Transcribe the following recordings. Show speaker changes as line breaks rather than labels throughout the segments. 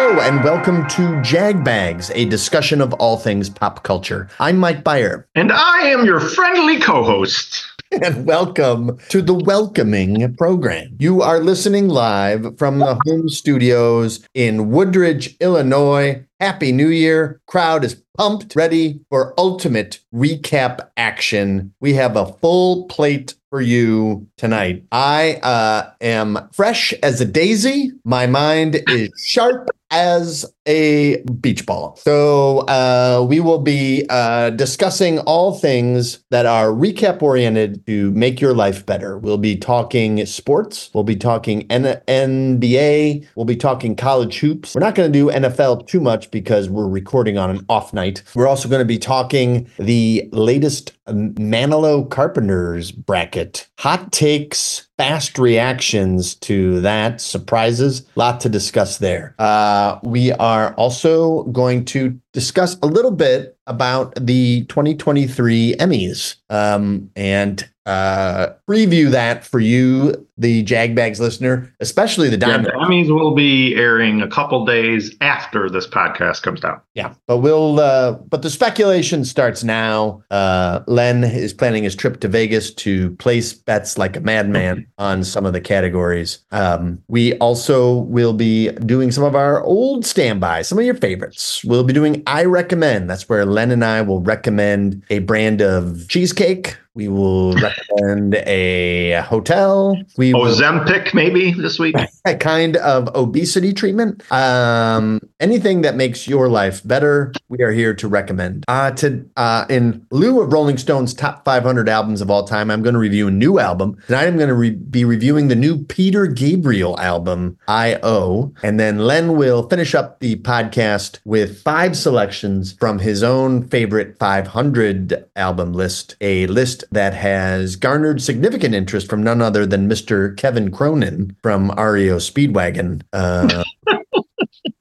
Welcome to Jag Bags, a discussion of all things pop culture. I'm Mike Byer,
And I am your friendly co host.
and welcome to the Welcoming Program. You are listening live from the home studios in Woodridge, Illinois. Happy New Year. Crowd is pumped, ready for ultimate recap action. We have a full plate for you tonight. I uh, am fresh as a daisy. My mind is sharp as a beach ball. So uh, we will be uh, discussing all things that are recap oriented to make your life better. We'll be talking sports. We'll be talking N- NBA. We'll be talking college hoops. We're not going to do NFL too much because we're recording on an off night. We're also going to be talking the latest Manilow Carpenter's bracket. Hot takes, fast reactions to that, surprises, lot to discuss there. Uh, we are also going to discuss a little bit about the 2023 Emmys um, and uh, preview that for you, the Jagbags listener, especially the
Yeah,
Diamond.
the Emmys will be airing a couple days after this podcast comes out.
Yeah, but we'll. Uh, but the speculation starts now. Uh, Len is planning his trip to Vegas to place bets like a madman on some of the categories. Um, we also will be doing some of our old standby, some of your favorites. We'll be doing I recommend. That's where Len and I will recommend a brand of cheesecake. We will recommend a hotel. We will
Ozempic, Oh, maybe this week.
that kind of obesity treatment, um, anything that makes your life better, we are here to recommend. Uh, to uh, in lieu of Rolling Stone's top 500 albums of all time, I'm going to review a new album tonight. I'm going to re- be reviewing the new Peter Gabriel album, I O, and then Len will finish up the podcast with five selections from his own favorite 500 album list, a list that has garnered significant interest from none other than Mr. Kevin Cronin from REO Speedwagon. Uh,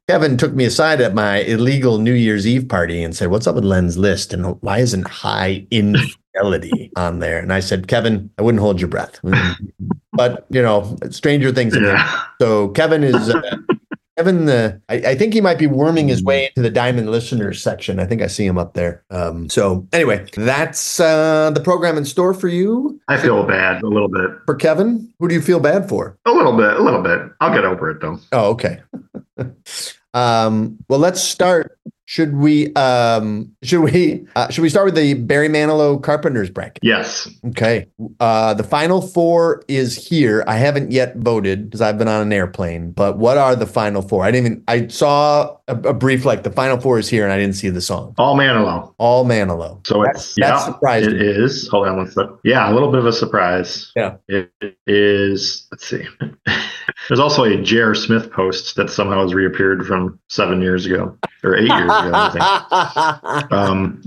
Kevin took me aside at my illegal New Year's Eve party and said, What's up with Len's list? And why isn't high infidelity on there? And I said, Kevin, I wouldn't hold your breath. But, you know, stranger things have happened.
Yeah.
So Kevin is uh, Kevin. Uh, I, I think he might be worming his way into the Diamond Listeners section. I think I see him up there. Um, so anyway, that's uh, the program in store for you.
I feel bad a little bit.
For Kevin, who do you feel bad for?
A little bit, a little bit. I'll get over it though.
Oh, okay. um, well, let's start. Should we? Um, should we? Uh, should we start with the Barry Manilow Carpenters bracket?
Yes.
Okay. Uh, the final four is here. I haven't yet voted because I've been on an airplane. But what are the final four? I didn't even. I saw a, a brief like the final four is here, and I didn't see the song.
All Manilow.
All Manilow.
So
That's,
it's yeah,
that's surprising.
it is. Hold on one sec. Yeah, a little bit of a surprise.
Yeah.
It is let's see. There's also a J.R. Smith post that somehow has reappeared from seven years ago or eight years ago, I think. Um,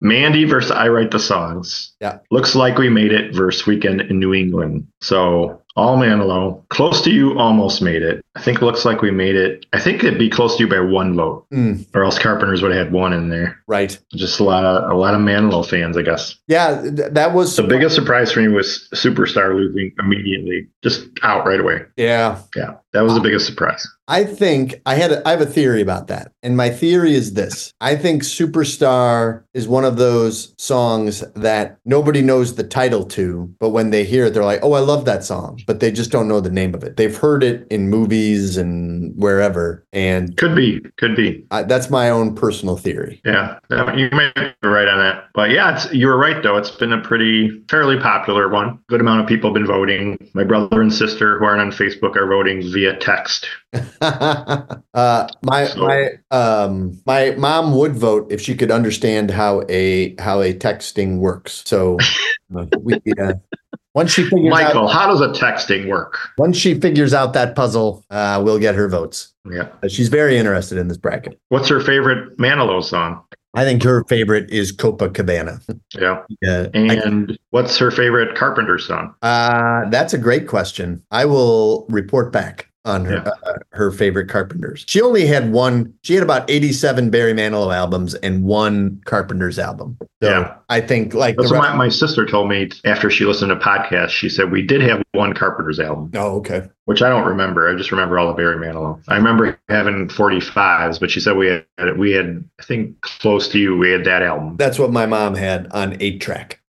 Mandy versus I Write the Songs.
Yeah.
Looks like we made it versus Weekend in New England. So all Manilow, close to you almost made it. I think looks like we made it. I think it'd be close to you by one vote,
Mm,
or else Carpenters would have had one in there.
right.
Just a lot of a lot of Manilow fans, I guess.
Yeah. th- that was
The biggest surprise for me was Superstar losing immediately, just out right away.
Yeah.
Yeah, that was the biggest surprise.
I think I had a, I have a theory about that, and my theory is this: I think "Superstar" is one of those songs that nobody knows the title to, but when they hear it, they're like, "Oh, I love that song," but they just don't know the name of it. They've heard it in movies and wherever, and
Could be, could be.
I, that's my own personal theory.
Yeah, that- you may be right on that. But yeah, it's, you were right, though. It's been a pretty fairly popular one. Good amount of people have been voting. My brother and sister who aren't on Facebook are voting via text.
uh, my
So-
my um my mom would vote if she could understand how a how a texting works. So we uh, once she figures out.
Michael, how does a texting work?
Once she figures out that puzzle, uh, we'll get her votes.
Yeah.
Uh, She's very interested in this bracket.
What's her favorite Manilow song?
I think her favorite is Copacabana.
Yeah.
Yeah. I-
And what's her favorite Carpenter song?
uh, that's a great question. I will report back. on her uh, her favorite carpenters. She only had one. She had about eighty seven Barry Manilow albums and one Carpenters album. So
Yeah.
I think like
That's
the
what
rest-
my, my sister told me after she listened to podcast. She said we did have one Carpenter's album,
Oh, okay.
which I don't remember. I just remember all of Barry Manilow. I remember having 45s, but she said we had we had I think close to you. We had that album.
That's what my mom had on eight track.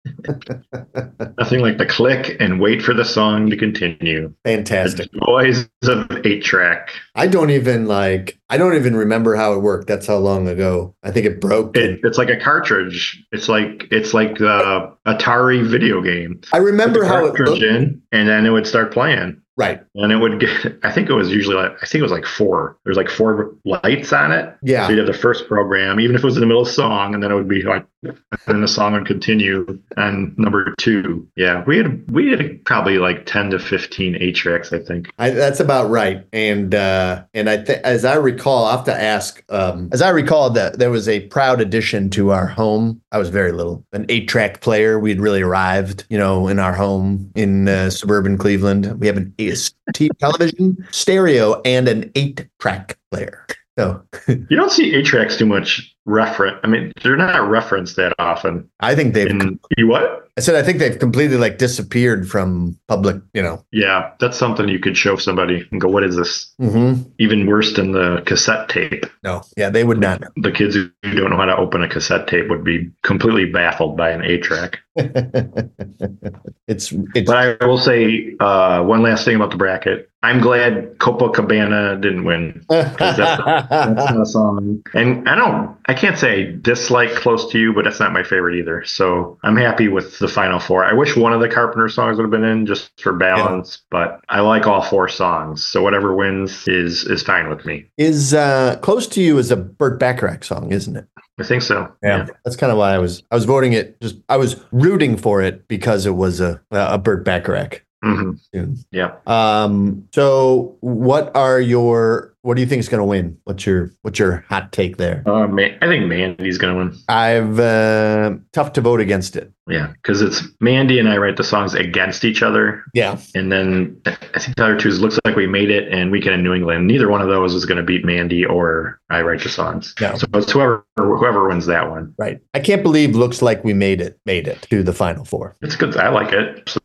Nothing like the click and wait for the song to continue.
Fantastic.
The Boys of eight track.
I don't even like I don't even remember how it worked. That's how long ago. I think it broke.
It, it's like a cartridge. It's like it's like the Atari video game.
I remember
Put the
how it
cartridge
looked.
in, and then it would start playing.
Right.
And it would get. I think it was usually like I think it was like four. There's like four lights on it. So
Yeah.
you'd have the first program, even if it was in the middle of the song, and then it would be like, and then the song would continue. And number two, yeah, we had we had probably like ten to fifteen eight tracks, I think.
I, that's about right. And uh and I think as I recall, I have to ask um as I recall that there was a proud addition to our home. I was very little. An eight track player. We had really arrived, you know, in our home in uh, suburban Cleveland. We have an eight- t- television, stereo, and an eight track player. So
You don't see eight tracks too much. Reference. I mean, they're not referenced that often.
I think they've
And you what?
I said I think they've completely like disappeared from public, you know.
Yeah, that's something you could show somebody and go, "What is this?"
Mm-hmm.
Even worse than the cassette tape.
No, yeah, they would not.
The kids who don't know how to open a cassette tape would be completely baffled by an eight track.
it's it's
But I will say uh, one last thing about the bracket. I'm glad Copacabana didn't win. That's not a song. And I don't, I can't say I dislike Close to You, but that's not my favorite either. So I'm happy with the final four. I wish one of the Carpenter songs would have been in just for balance, but I like all four songs. So whatever wins is is fine with me.
is uh close to you is a Burt Bacharach song, isn't it?
I think so.
That's kind of why I was I was voting it just I was rooting for it because it was a a Burt Bacharach.
hmm
tune.
Yeah.
Um so what are your what do you think is going to win? What's your what's your hot take there?
Uh, man, I think Mandy's going to win.
I've uh tough to vote against it.
Yeah. Because it's Mandy and I write the songs against each other.
Yeah.
And then I think the other two is Looks Like We Made It and Weekend in New England. Neither one of those is going to beat Mandy or I Write the Songs.
No.
So it's whoever whoever wins that one.
Right. I can't believe looks like we made it made it to the final four.
It's good. I like it. So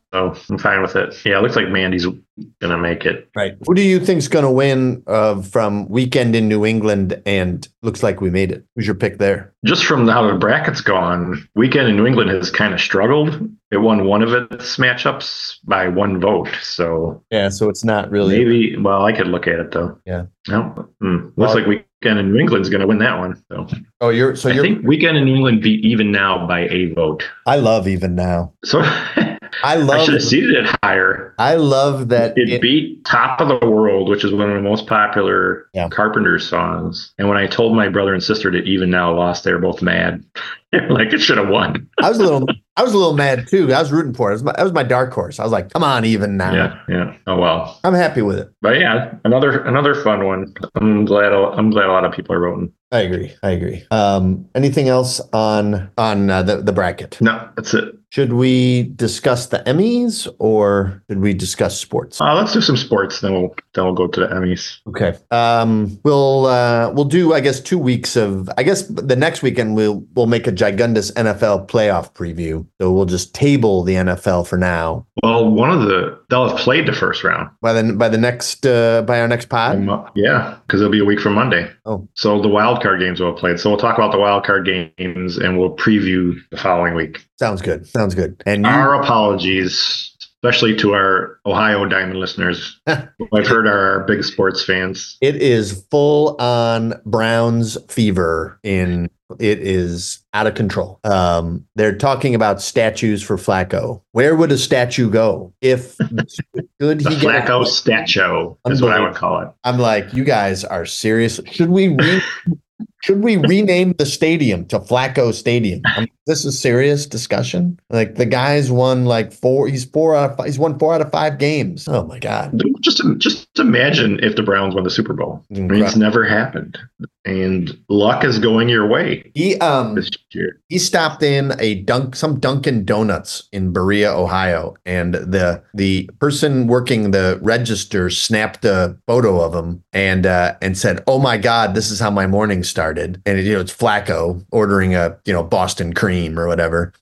I'm fine with it. Yeah, it looks like Mandy's going to make it.
Right. Who do you think's going to win uh, from weekend in New England and looks like we made it? Who's your pick there?
Just from how the bracket's gone, Weekend in New England has kind of struggled. It won one of its matchups by one vote. So
Yeah, so it's not really
maybe, well, I could look at it though.
Yeah.
No. Hmm. Looks like Weekend in New England's going to win that one. So.
Oh, you're so
I
you're
think Weekend in New England beat even now by a vote.
I love even now.
So I
I love
should have seeded it higher.
I love that
It,
it-
beat Top of the World, which is one of the most popular
Yeah.
Carpenter songs. And when I told my brother and sister that Even Now lost, they were both mad. They were like, it should have won.
I was a little I was a little mad too. I was rooting for it. It was my, that was my dark horse. I was like, come on, even now.
Yeah, yeah. Oh, well.
I'm happy with it.
But yeah, another another fun one. I'm glad a- I'm glad a lot of people are voting.
I agree. I agree. Um, anything else on on uh, the the bracket?
No, that's it.
Should we discuss the Emmys or should we discuss sports?
Uh, let's do some sports, then we'll then we'll go to the Emmys.
Okay. Um, we'll uh, we'll do I guess two weeks of I guess the next weekend we'll we'll make a gigundous NFL playoff preview. So we'll just table the NFL for now.
Well, one of the they'll have played the first round.
By the by the next uh, by our next pod.
Um, yeah, because it'll be a week from Monday.
Oh.
So the wild card games will have played. So we'll talk about the wild card games and we'll preview the following week.
Sounds good. Sounds good. And you,
Our apologies, especially to our Ohio Diamond listeners. I've heard are our big sports fans.
it is full on Browns fever in it is out of control. Um, they're talking about statues for Flacco. Where would a statue go if could
The
he get
Flacco statue is what I would call it.
I'm like, you guys are serious. Should we re- Should we rename the stadium to Flacco Stadium? I mean, this is serious discussion. Like the guy's won like four. He's four out. Of five, he's won four out of five games. Oh my god.
Just just imagine if the Browns won the Super Bowl. I mean, it's never happened, and luck is going your way
He um
this year.
he stopped in a dunk some Dunkin' Donuts in Berea, Ohio, and the the person working the register snapped a photo of him and uh, and said, "Oh my God, this is how my morning started." And you know, it's Flacco ordering a you know Boston cream or whatever.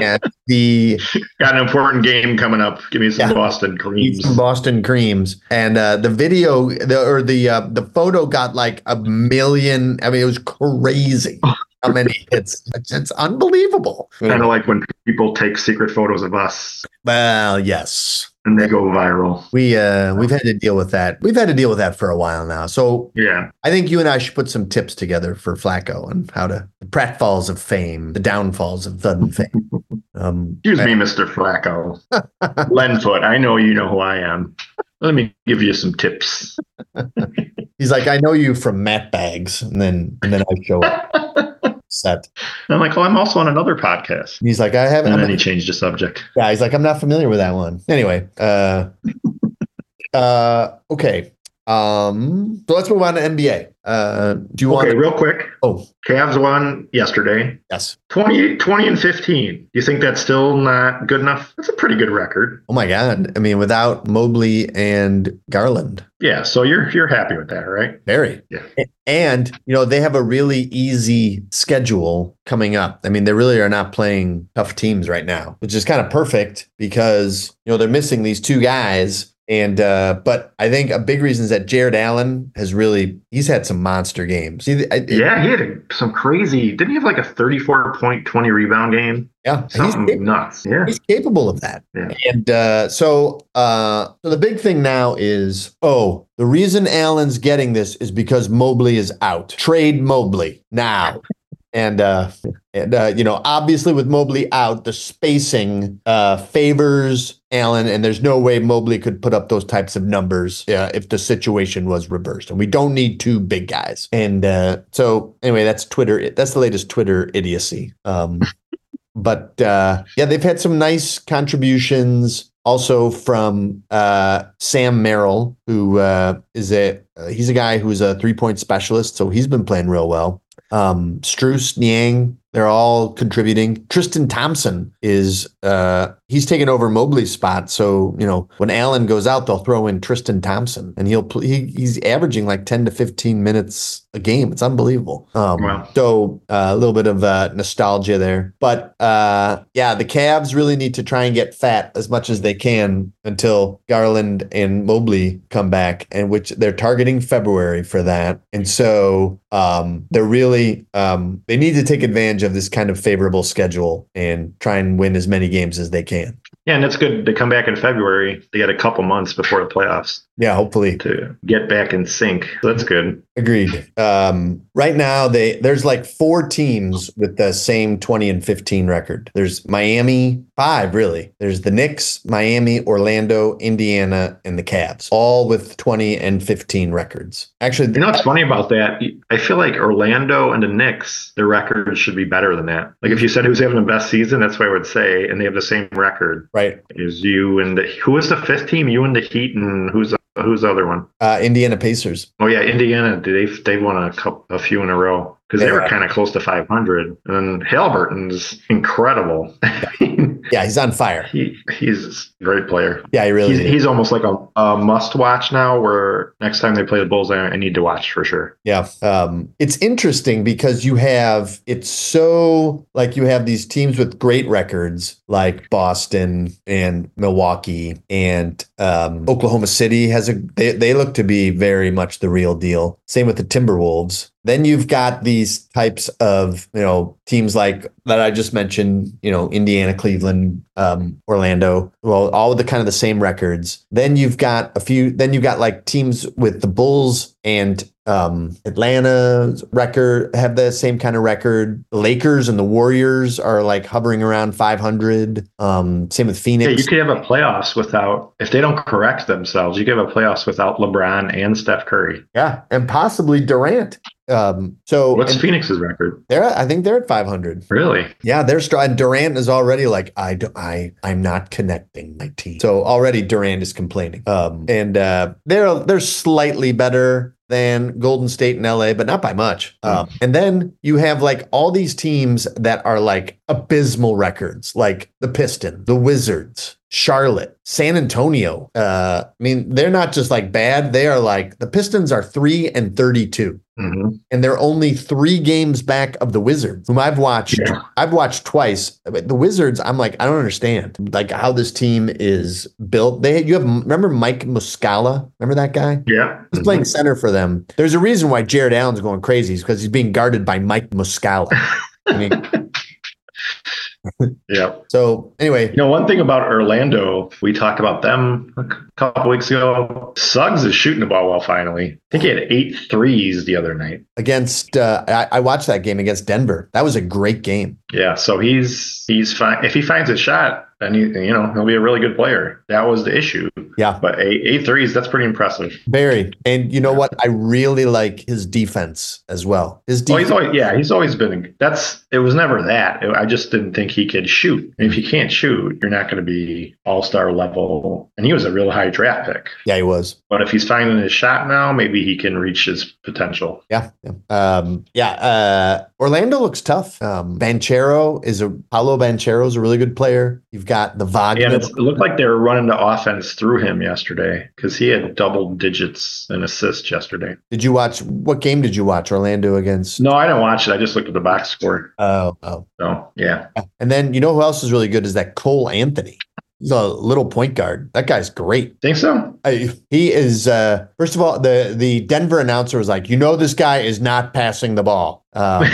and the
Got an important game coming up. Give me some
Yeah.
Boston creams.
some Boston creams, and uh, the video the, or the uh, the photo got like a million. I mean, it was crazy. How many hits? It's, it's unbelievable.
Kind of like when people take secret photos of us
Well, yes.
and they go viral.
We uh we've had to deal with that. We've had to deal with that for a while now. So
Yeah,
I think you and I should put some tips together for Flacco on how to the pratfalls of fame, the downfalls of sudden fame. Um
excuse me, Mister Flacco, Lenfoot. I know you know who I am. Let me give you some tips.
he's like, I know you from Matt Bags, and then and then I show up set.
And I'm like, oh, I'm also on another podcast.
And he's like, I haven't
And
I'm
then
not-
he changed the subject.
yeah, he's like, I'm not familiar with that one. Anyway, uh uh okay. Um so let's move on to NBA. Uh do you want
Okay,
to,
real quick.
oh
Cavs won yesterday.
yes.
20, 20 and 15. You think that's still not good enough? That's a pretty good record.
Oh my God. I mean, without Mobley and Garland,
Yeah, so you're you're happy with that, right?
very.
Yeah.
And, you know, they have a really easy schedule coming up. I mean, they really are not playing tough teams right now, which is kind of perfect because, you know, they're missing these two guys. And, uh, but I think a big reason is that Jared Allen has really, he's had some monster games. He, I,
Yeah, he had a, some crazy. Didn't he have like a 34 point, 20 rebound game?
Yeah. He's,
Something nuts. Yeah.
he's capable of that.
Yeah.
And uh, so, uh, so the big thing now is, oh, the reason Allen's getting this is because Mobley is out. Trade Mobley now. And uh, and uh, you know, obviously with Mobley out, the spacing uh, favors Allen, and there's no way Mobley could put up those types of numbers uh, if the situation was reversed. And we don't need two big guys. And uh, so, anyway, that's Twitter. That's the latest Twitter idiocy. Um, but uh, yeah, they've had some nice contributions also from uh, Sam Merrill, who uh, is a uh, he's a guy who's a three point specialist, so he's been playing real well. Um, Struess, Niang, they're all contributing. Tristan Thompson is uh, he's taken over Mobley's spot, so you know when Allen goes out, they'll throw in Tristan Thompson, and he'll pl- he, he's averaging like ten to fifteen minutes a game. It's unbelievable. Um,
Wow.
so uh, a little bit of uh, nostalgia there, but uh, yeah, the Cavs really need to try and get fat as much as they can until Garland and Mobley come back, and which they're targeting February for that. And so um, they're really um, they need to take advantage of this kind of favorable schedule and try and win as many games as they can.
Yeah, and it's good to come back in February. They got a couple months before the playoffs
Yeah, hopefully.
to get back in sync. So that's good.
Agreed. Um, right now, they there's like four teams with the same 20 and 15 record. There's Miami, five really. There's the Knicks, Miami, Orlando, Indiana, and the Cavs, all with 20 and 15 records. Actually,
You know what's funny about that? I feel like Orlando and the Knicks, their record should be better than that. Like if you said who's having the best season, that's what I would say, and they have the same record
right.
as you and the who is the fifth team? You and the Heat, and who's who's the other one?
Uh, Indiana Pacers.
Oh yeah, Indiana. They they won a couple, a few in a row because they were
Yeah.
kind of close to 500. And then Halliburton's incredible.
Yeah, he's on fire.
he he's a great player.
Yeah, he really
He's,
is.
he's almost like a, a must watch now. Where next time they play the Bulls, I, I need to watch for sure.
Yeah. Um, it's interesting because you have, it's so like you have these teams with great records like Boston and Milwaukee and um, Oklahoma City has a, they, they look to be very much the real deal. Same with the Timberwolves. Then you've got these types of, you know, teams like that I just mentioned, you know, Indiana, Cleveland, um, Orlando, well, all with the kind of the same records. Then you've got a few, then you've got like teams with the Bulls and Um, Atlanta's record have the same kind of record. The Lakers and the Warriors are like hovering around 500. Um, same with Phoenix.
Yeah, you could have a playoffs without if they don't correct themselves. You could have a playoffs without LeBron and Steph Curry.
Yeah, and possibly Durant. Um, so
What's
and
Phoenix's record?
they're I think they're at 500.
Really?
Yeah, they're strong. And Durant is already like, I, do- I, I'm not connecting my team. So already Durant is complaining. Um, and uh, they're they're slightly better than Golden State and LA, but not by much. Um, and then you have like all these teams that are like abysmal records, like the Pistons, the Wizards. Charlotte, San Antonio. Uh, I mean, they're not just like bad. They are like the Pistons are three and thirty-two
hmm
and they're only three games back of the Wizards, whom I've watched.
Yeah.
I've watched twice. But The Wizards, I'm like, I don't understand, like how this team is built. They you have remember Mike Muscala? Remember that guy?
Yeah.
He's playing center for them. There's a reason why Jared Allen's going crazy. Is because he's being guarded by Mike Muscala. I mean,
Mm-hmm. Yeah.
so anyway,
You know, one thing about Orlando, we talked about them a c- couple weeks ago. Suggs is shooting the ball well. Finally, I think he had eight threes the other night.
against uh, I, I watched that game against Denver. That was a great game.
Yeah, so he's he's fine. If he finds a shot, and he, you know he'll be a really good player. That was the issue.
Yeah.
but eight, eight threes. That's pretty impressive.
Very, and you know what? I really like his defense as well. His defense.
Well, Oh, he's always yeah, he's always been. That's it was never that. I just didn't think he could shoot. And if you can't shoot, you're not going to be all star level. And he was a real high draft pick.
yeah, he was.
But if he's finding his shot now, maybe he can reach his potential.
Yeah. yeah. Um, yeah. Uh, Orlando looks tough. Um, Banchero is a Paolo Banchero is a really good player. You've got the
Yeah,
Wagner.
it's, it looked like they were running the offense through him yesterday because he had double digits in assists yesterday.
Did you watch what game did you watch? Orlando against
No, I didn't watch it. I just looked at the box score.
oh, oh.
So yeah,
And then you know who else is really good is that Cole Anthony. He's a little point guard. That guy's great.
think so.
I, he is uh, first of all the the Denver announcer was like, you know, this guy is not passing the ball. Um,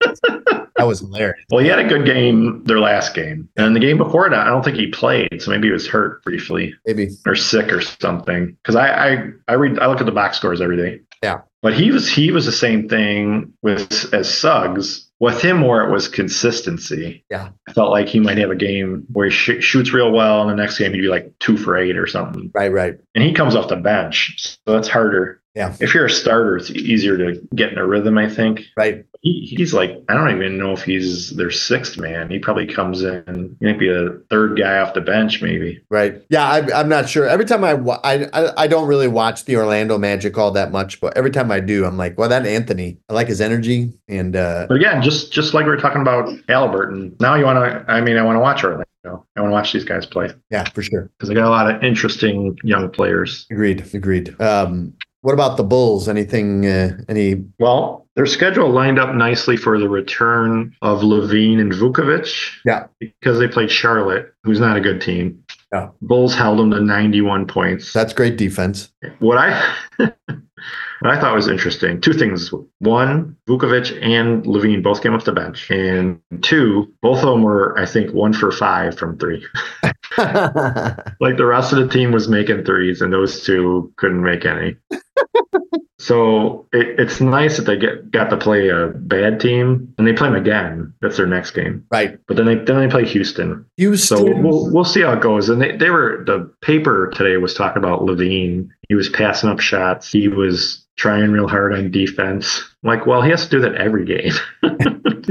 that was hilarious.
Well, he had a good game their last game, and the game before that, I don't think he played. So maybe he was hurt briefly
Maybe
or sick or something. Because I, I I read I look at the box scores every day.
Yeah.
but he was he was the same thing with as Suggs. With him, more it was consistency.
Yeah.
I felt like he might have a game where he sh- shoots real well, and the next game he'd be like two for eight or something.
right, right.
And he comes off the bench, so that's harder.
Yeah.
If you're a starter, it's easier to get in a rhythm, I think.
Right.
He, he's like, I don't even know if he's their sixth man. He probably comes in, he might be a third guy off the bench, maybe.
Right. Yeah, I, I'm not sure. Every time I, wa- I, I, I don't really watch the Orlando Magic all that much, but every time I do, I'm like, well, that Anthony, I like his energy, and uh,
But again, just just like we were talking about Halliburton, now you want to, I mean, I want to watch Orlando. I want to watch these guys play
yeah, for sure.
because they got a lot of interesting young players.
Agreed. Agreed. Um, what about the Bulls? Anything? Uh, any?
Well, their schedule lined up nicely for the return of Levine and Vukovic.
Yeah.
Because they played Charlotte, who's not a good team.
Yeah.
Bulls held them to 91 points.
That's great defense.
what I what I thought was interesting, two things. One, Vukovic and Levine both came off the bench. And two, both of them were, I think, one for five from three. Like the rest of the team was making threes, and those two couldn't make any. so it, it's nice that they get got to play a bad team, and they play them again. That's their next game.
right.
But then they then they play Houston.
Houston.
So we'll we'll see how it goes. And they, they were the paper today was talking about Levine. He was passing up shots. He was trying real hard on defense. I'm like, well, he has to do that every game. but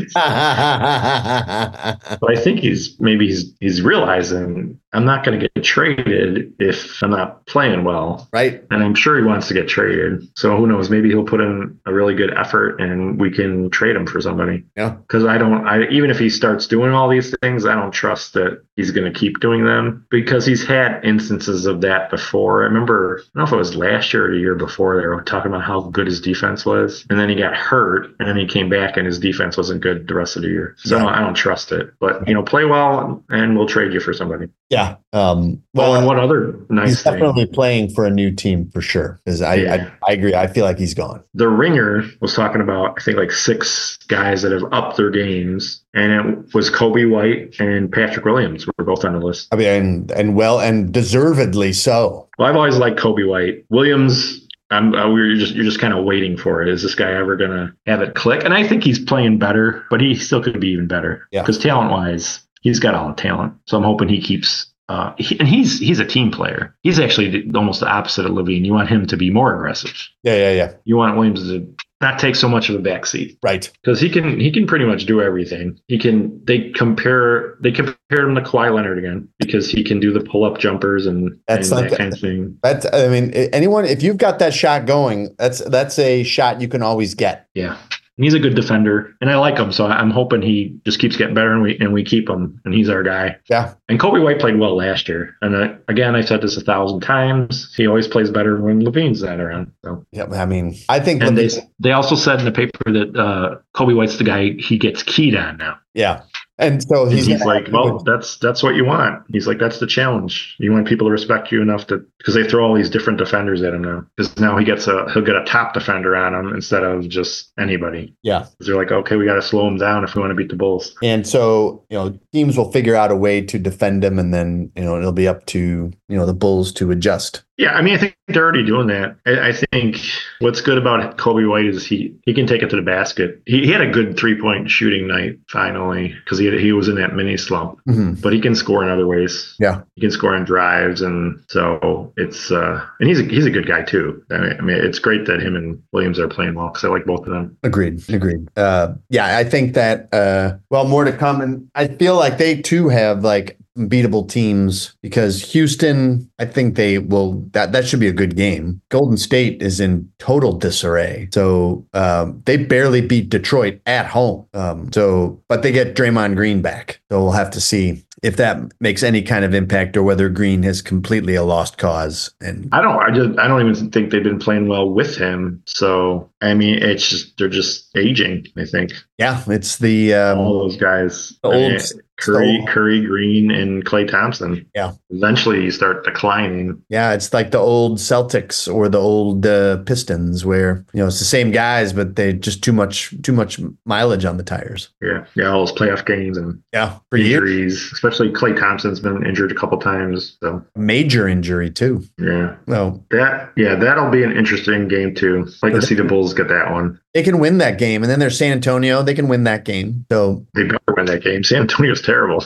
I think he's maybe he's he's realizing I'm not going to get traded if I'm not playing well.
right.
And I'm sure he wants to get traded. So who knows? Maybe he'll put in a really good effort, and we can trade him for somebody
Yeah.
because I don't. I even if he starts doing all these things, I don't trust that he's going to keep doing them because he's had instances of that before. I remember, I don't know if it was last year or the year before, they were talking about how good his defense was, and then he got hurt, and then he came back, and his defense wasn't good the rest of the year. So I don't- I don't trust it. But you know, play well, and we'll trade you for somebody.
Yeah. Um,
Well,
well,
and one other
he's
nice thing.
definitely playing for a new team for sure. Because I,
Yeah.
I, I agree. I feel like he's gone.
the ringer was talking about i think like six guys that have upped their games and it was kobe white and patrick williams were both on the list
I mean, and, and well, and deservedly so.
well i've always liked kobe white williams I'm, uh, we're just you're just kind of waiting for it. Is this guy ever gonna have it click? And I think he's playing better, but he still could be even better.
Yeah.
Because talent wise, he's got all the talent. So I'm hoping he keeps. Uh, he, and he's he's a team player. He's actually the- almost the opposite of Levine. You want him to be more aggressive.
Yeah, yeah, yeah.
You want Williams to not take so much of a backseat
Right.
because he can he can pretty much do everything. He can they compare they compare him to Kawhi Leonard again because he can do the pull up jumpers and,
That's
and
something-
that kind of thing.
That's I mean, a- anyone if you've got that shot going, that's that's a shot you can always get.
Yeah, And he's a good defender and I like him, so I- I'm hoping he just keeps getting better and we and we keep him and he's our guy.
Yeah.
And Kobe White played well last year, and I, again I said this a thousand times. He always plays better when Levine's not around. So
Yeah, I mean, I think
and they
Levine-
they also said in the paper that uh, Kobe White's the guy he gets keyed on now.
yeah. And so
And
he's,
he's, like, well, that's that's what you want. He's like, that's the challenge. You want people to respect you enough to because they throw all these different defenders at him now. Because now he gets a he'll get a top defender on him instead of just anybody.
Yeah.
'Cause they're like, okay, we got to slow him down if we want to beat the Bulls.
And so, you know, teams will figure out a way to defend him and then, you know, it'll be up to, you know, the Bulls to adjust.
Yeah, I mean, I think they're already doing that. I, I think what's good about Kobe White is he he can take it to the basket. He, he had a good three point shooting night finally because he he was in that mini slump.
Mhm.
but he can score in other ways.
Yeah.
he can score on drives, and so it's uh, and he's a, he's a good guy too. I mean, I mean, it's great that him and Williams are playing well because I like both of them.
Agreed. Agreed. Uh, yeah, I think that, uh, well, more to come. And I feel like they too have like beatable teams because Houston, I think they will, that, that should be a good game. Golden State is in total disarray. So um, they barely beat Detroit at home. Um, so, but they get Draymond Green back. So we'll have to see if that makes any kind of impact or whether Green is completely a lost cause. And
I don't, I just, I don't even think they've been playing well with him. So I mean, it's just they're just aging. I think
yeah, it's the, um,
all those guys,
the
I
old
mean, Curry,
so-
Curry Green, and Clay Thompson.
Yeah.
eventually you start declining.
Yeah, it's like the old Celtics or the old uh, Pistons, where you know it's the same guys, but they just too much too much mileage on the tires.
Yeah, yeah, all those playoff games and
Yeah, for years,
injuries, especially Clay Thompson's been injured a couple times. So
major injury too.
yeah.
Well,
That yeah, that'll be an interesting game too. Like to see the Bulls get that one.
they can win that game, and then there's San Antonio. They can win that game. So
They better win that game. San Antonio's terrible.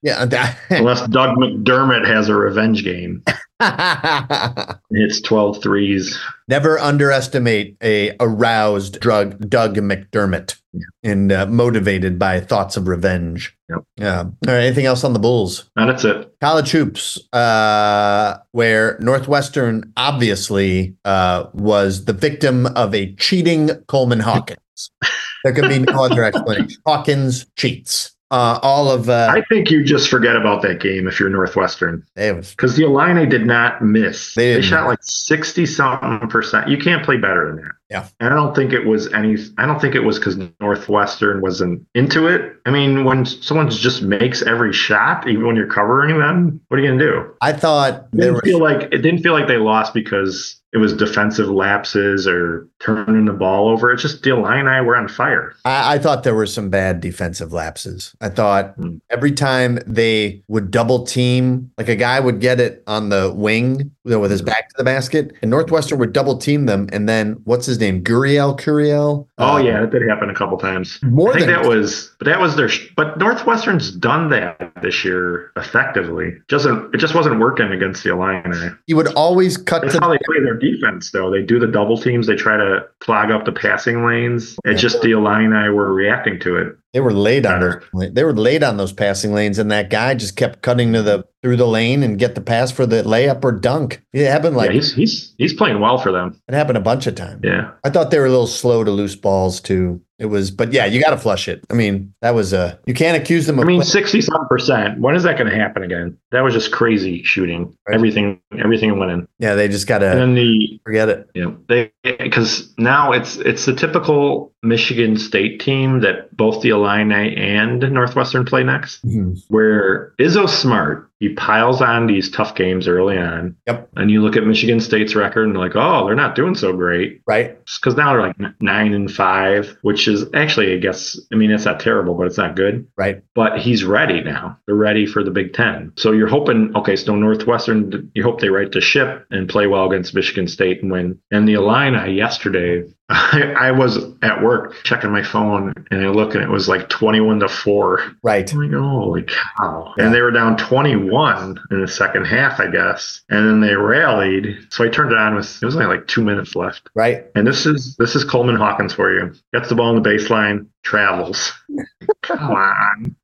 yeah, that-
Unless Doug McDermott has a revenge game. It's 12 threes.
never underestimate a aroused drug Doug McDermott and uh, motivated by thoughts of revenge.
Yep.
Yeah. All right. Anything else on the Bulls?
And that's it.
college hoops uh, where northwestern obviously uh, was the victim of a cheating coleman hawkins there can be no other explanation hawkins cheats uh, all of uh,
I think you just forget about that game if you're Northwestern.
it was
Because the Illini did not miss.
They
They,
didn't.
shot like 60 something percent. You can't play better than that.
Yeah.
And I don't think it was any I don't think it was because Northwestern wasn't into it. I mean, when someone just makes every shot, even when you're covering them, what are you gonna do?
i thought
It
there
didn't feel
was
like it didn't feel like they lost because it was defensive lapses or turning the ball over. It's just the Illini were on fire.
I, I thought there were some bad defensive lapses. I thought
Hmm.
every time they would double team, like a guy would get it on the wing you know, with
Hmm.
his back to the basket, and Northwestern would double team them. And then what's his name, Guriel Curiel?
Oh
Uh,
yeah, that did happen a couple times. I
more
think
than
that was, but that was their. sh- But Northwestern's done that this year effectively. Doesn't it just wasn't working against the Illini?
you would always cut
That's
to
how they play their defense, though. They do the double teams. They try to clog up the passing lanes.
Yeah.
It's just the Illini were reacting to it.
they were laid on
Better.
those they were laid on those passing lanes and that guy just kept cutting to the through the lane and get the pass for the layup or dunk it happened like
yeah, he's he's he's playing well for them.
it happened a bunch of times
Yeah,
i thought they were a little slow to loose balls too it was but yeah you got to flush it i mean that was a you can't accuse them of
I mean,
play-
sixty some percent. When is that going to happen again? That was just crazy shooting.
Right.
Everything, everything went in.
yeah they just got
And
to
then the
forget it
yeah, they because now it's it's the typical Michigan State team Mm-hmm. that both the Illini and Northwestern play next, where Izzo's smart He piles on these tough games early on.
Yep.
And you look at Michigan State's record and like, oh, they're not doing so great.
right?
Because now they're like n- nine and five, which is actually, I guess, I mean, it's not terrible, but it's not good.
Right.
But he's ready now. They're ready for the Big Ten. So you're hoping, okay, so Northwestern, you hope they right the ship and play well against Michigan State and win. And the Illini yesterday, I, I was at work checking my phone and I look and it was like 21 to four.
Right.
I'm like, holy cow.
Yeah.
And they were down 21 in the second half, I guess. And then they rallied. So I turned it on with, it was only like two minutes left.
Right.
And this is this is Coleman Hawkins for you. Gets the ball in the baseline, travels. Come on.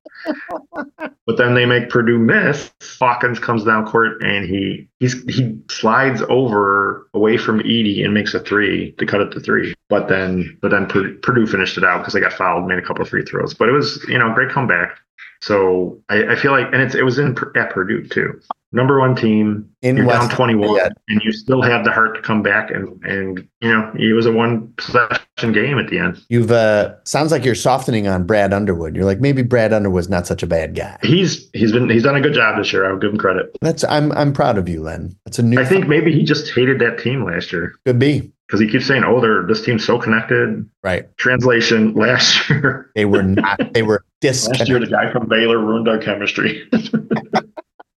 But then they make Purdue miss. Hawkins comes down court and he he's he slides over away from Edie and makes a three to cut it to three. But then but then Purdue, Purdue finished it out because they got fouled, made a couple of free throws. But it was you know great comeback. So I, I feel like and it's it was in Pur- at Purdue too. Number one team,
In
you're down
West.
21
Yeah.
and you still have the heart to come back and and you know it was a one possession game at the end
You've uh sounds like you're softening on Brad Underwood. You're like, maybe Brad Underwood's not such a bad guy.
he's he's been he's done a good job this year i'll give him credit
That's I'm I'm proud of you, Len. That's a new
i think maybe he just hated that team last year
could be.
because he keeps saying oh they're this team's so connected
Right.
translation last year
They were not they were
last year
disconnected.
the guy from baylor ruined our chemistry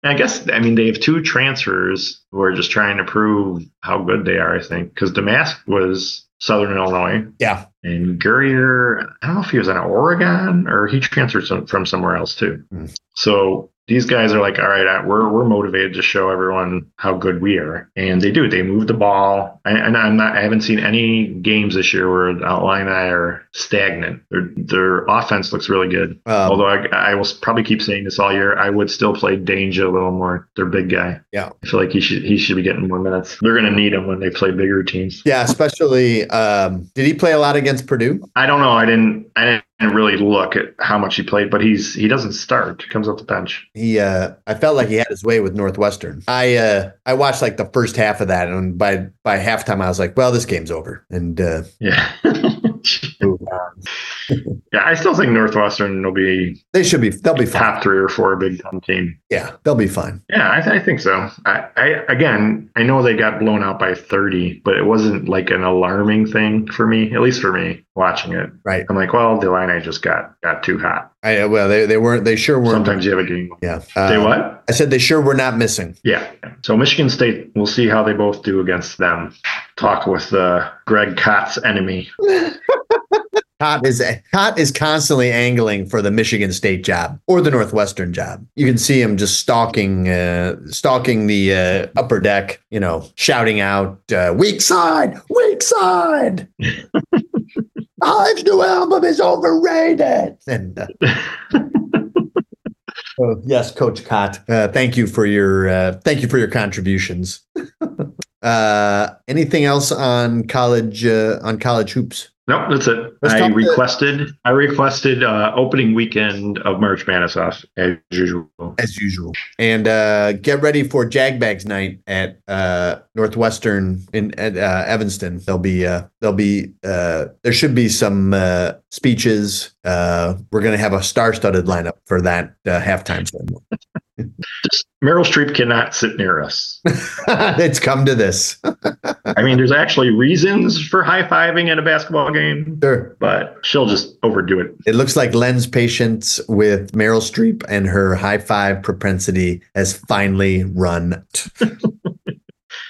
I guess I mean they have two transfers who are just trying to prove how good they are. I think because Damask was Southern Illinois,
Yeah.
And Gurrier, I don't know if he was in Oregon or he transferred some, from somewhere else too.
Hmm.
So these guys are like, all right, I- we're we're motivated to show everyone how good we are, and they do. They move the ball, and, and I'm not. I haven't seen any games this year where the Illini are stagnant. Their their offense looks really good.
Um,
Although I, I will probably keep saying this all year, I would still play Danger a little more. Their big guy.
Yeah.
I feel like he should he should be getting more minutes. They're gonna need him when they play bigger teams.
yeah, especially um did he play a lot against Purdue?
I don't know. I didn't. I didn't really look at how much he played, but he's he doesn't start. He comes off the bench.
He uh I felt like he had his way with Northwestern. I uh I watched like the first half of that and by by halftime I was like, well, this game's over. And uh
Yeah. yeah.
move on.
I still think Northwestern will be
they should be they'll be fine.
top three or four Big Ten team.
Yeah, they'll be fine.
Yeah, I, I think so. I, I again, I know they got blown out by thirty, but it wasn't like an alarming thing for me, at least for me watching it.
Right.
I'm like, well, the line I just got got too hot.
I, well, they, they weren't. They sure weren't.
Sometimes you have a game.
Yeah. Uh,
Say what?
I said they sure were not missing.
Yeah. So Michigan State, we'll see how they both do against them. Talk with uh, Greg Kott's enemy.
Cott is Cott is constantly angling for the Michigan State job or the Northwestern job. You can see him just stalking, uh, stalking the uh, upper deck. You know, shouting out uh, "Weak side, weak side." Hive's new album is overrated. And uh, so, yes, Coach Cott, uh, thank you for your uh, thank you for your contributions. uh, anything else on college uh, on college hoops?
Nope, that's it.
Let's
I
talk to-
requested I requested uh, opening weekend of March Madness off as usual.
as usual. And uh, get ready for Jagbags night at uh, Northwestern in at, uh, Evanston. There'll be uh, there'll be uh, there should be some uh, speeches. Uh, we're gonna have a star-studded lineup for that uh, halftime ceremony.
Just Meryl Streep cannot sit near us.
it's come to this.
I mean, there's actually reasons for high fiving at a basketball game,
Sure.
but she'll just overdo it.
It looks like Len's patience with Meryl Streep and her high five propensity has finally run. out.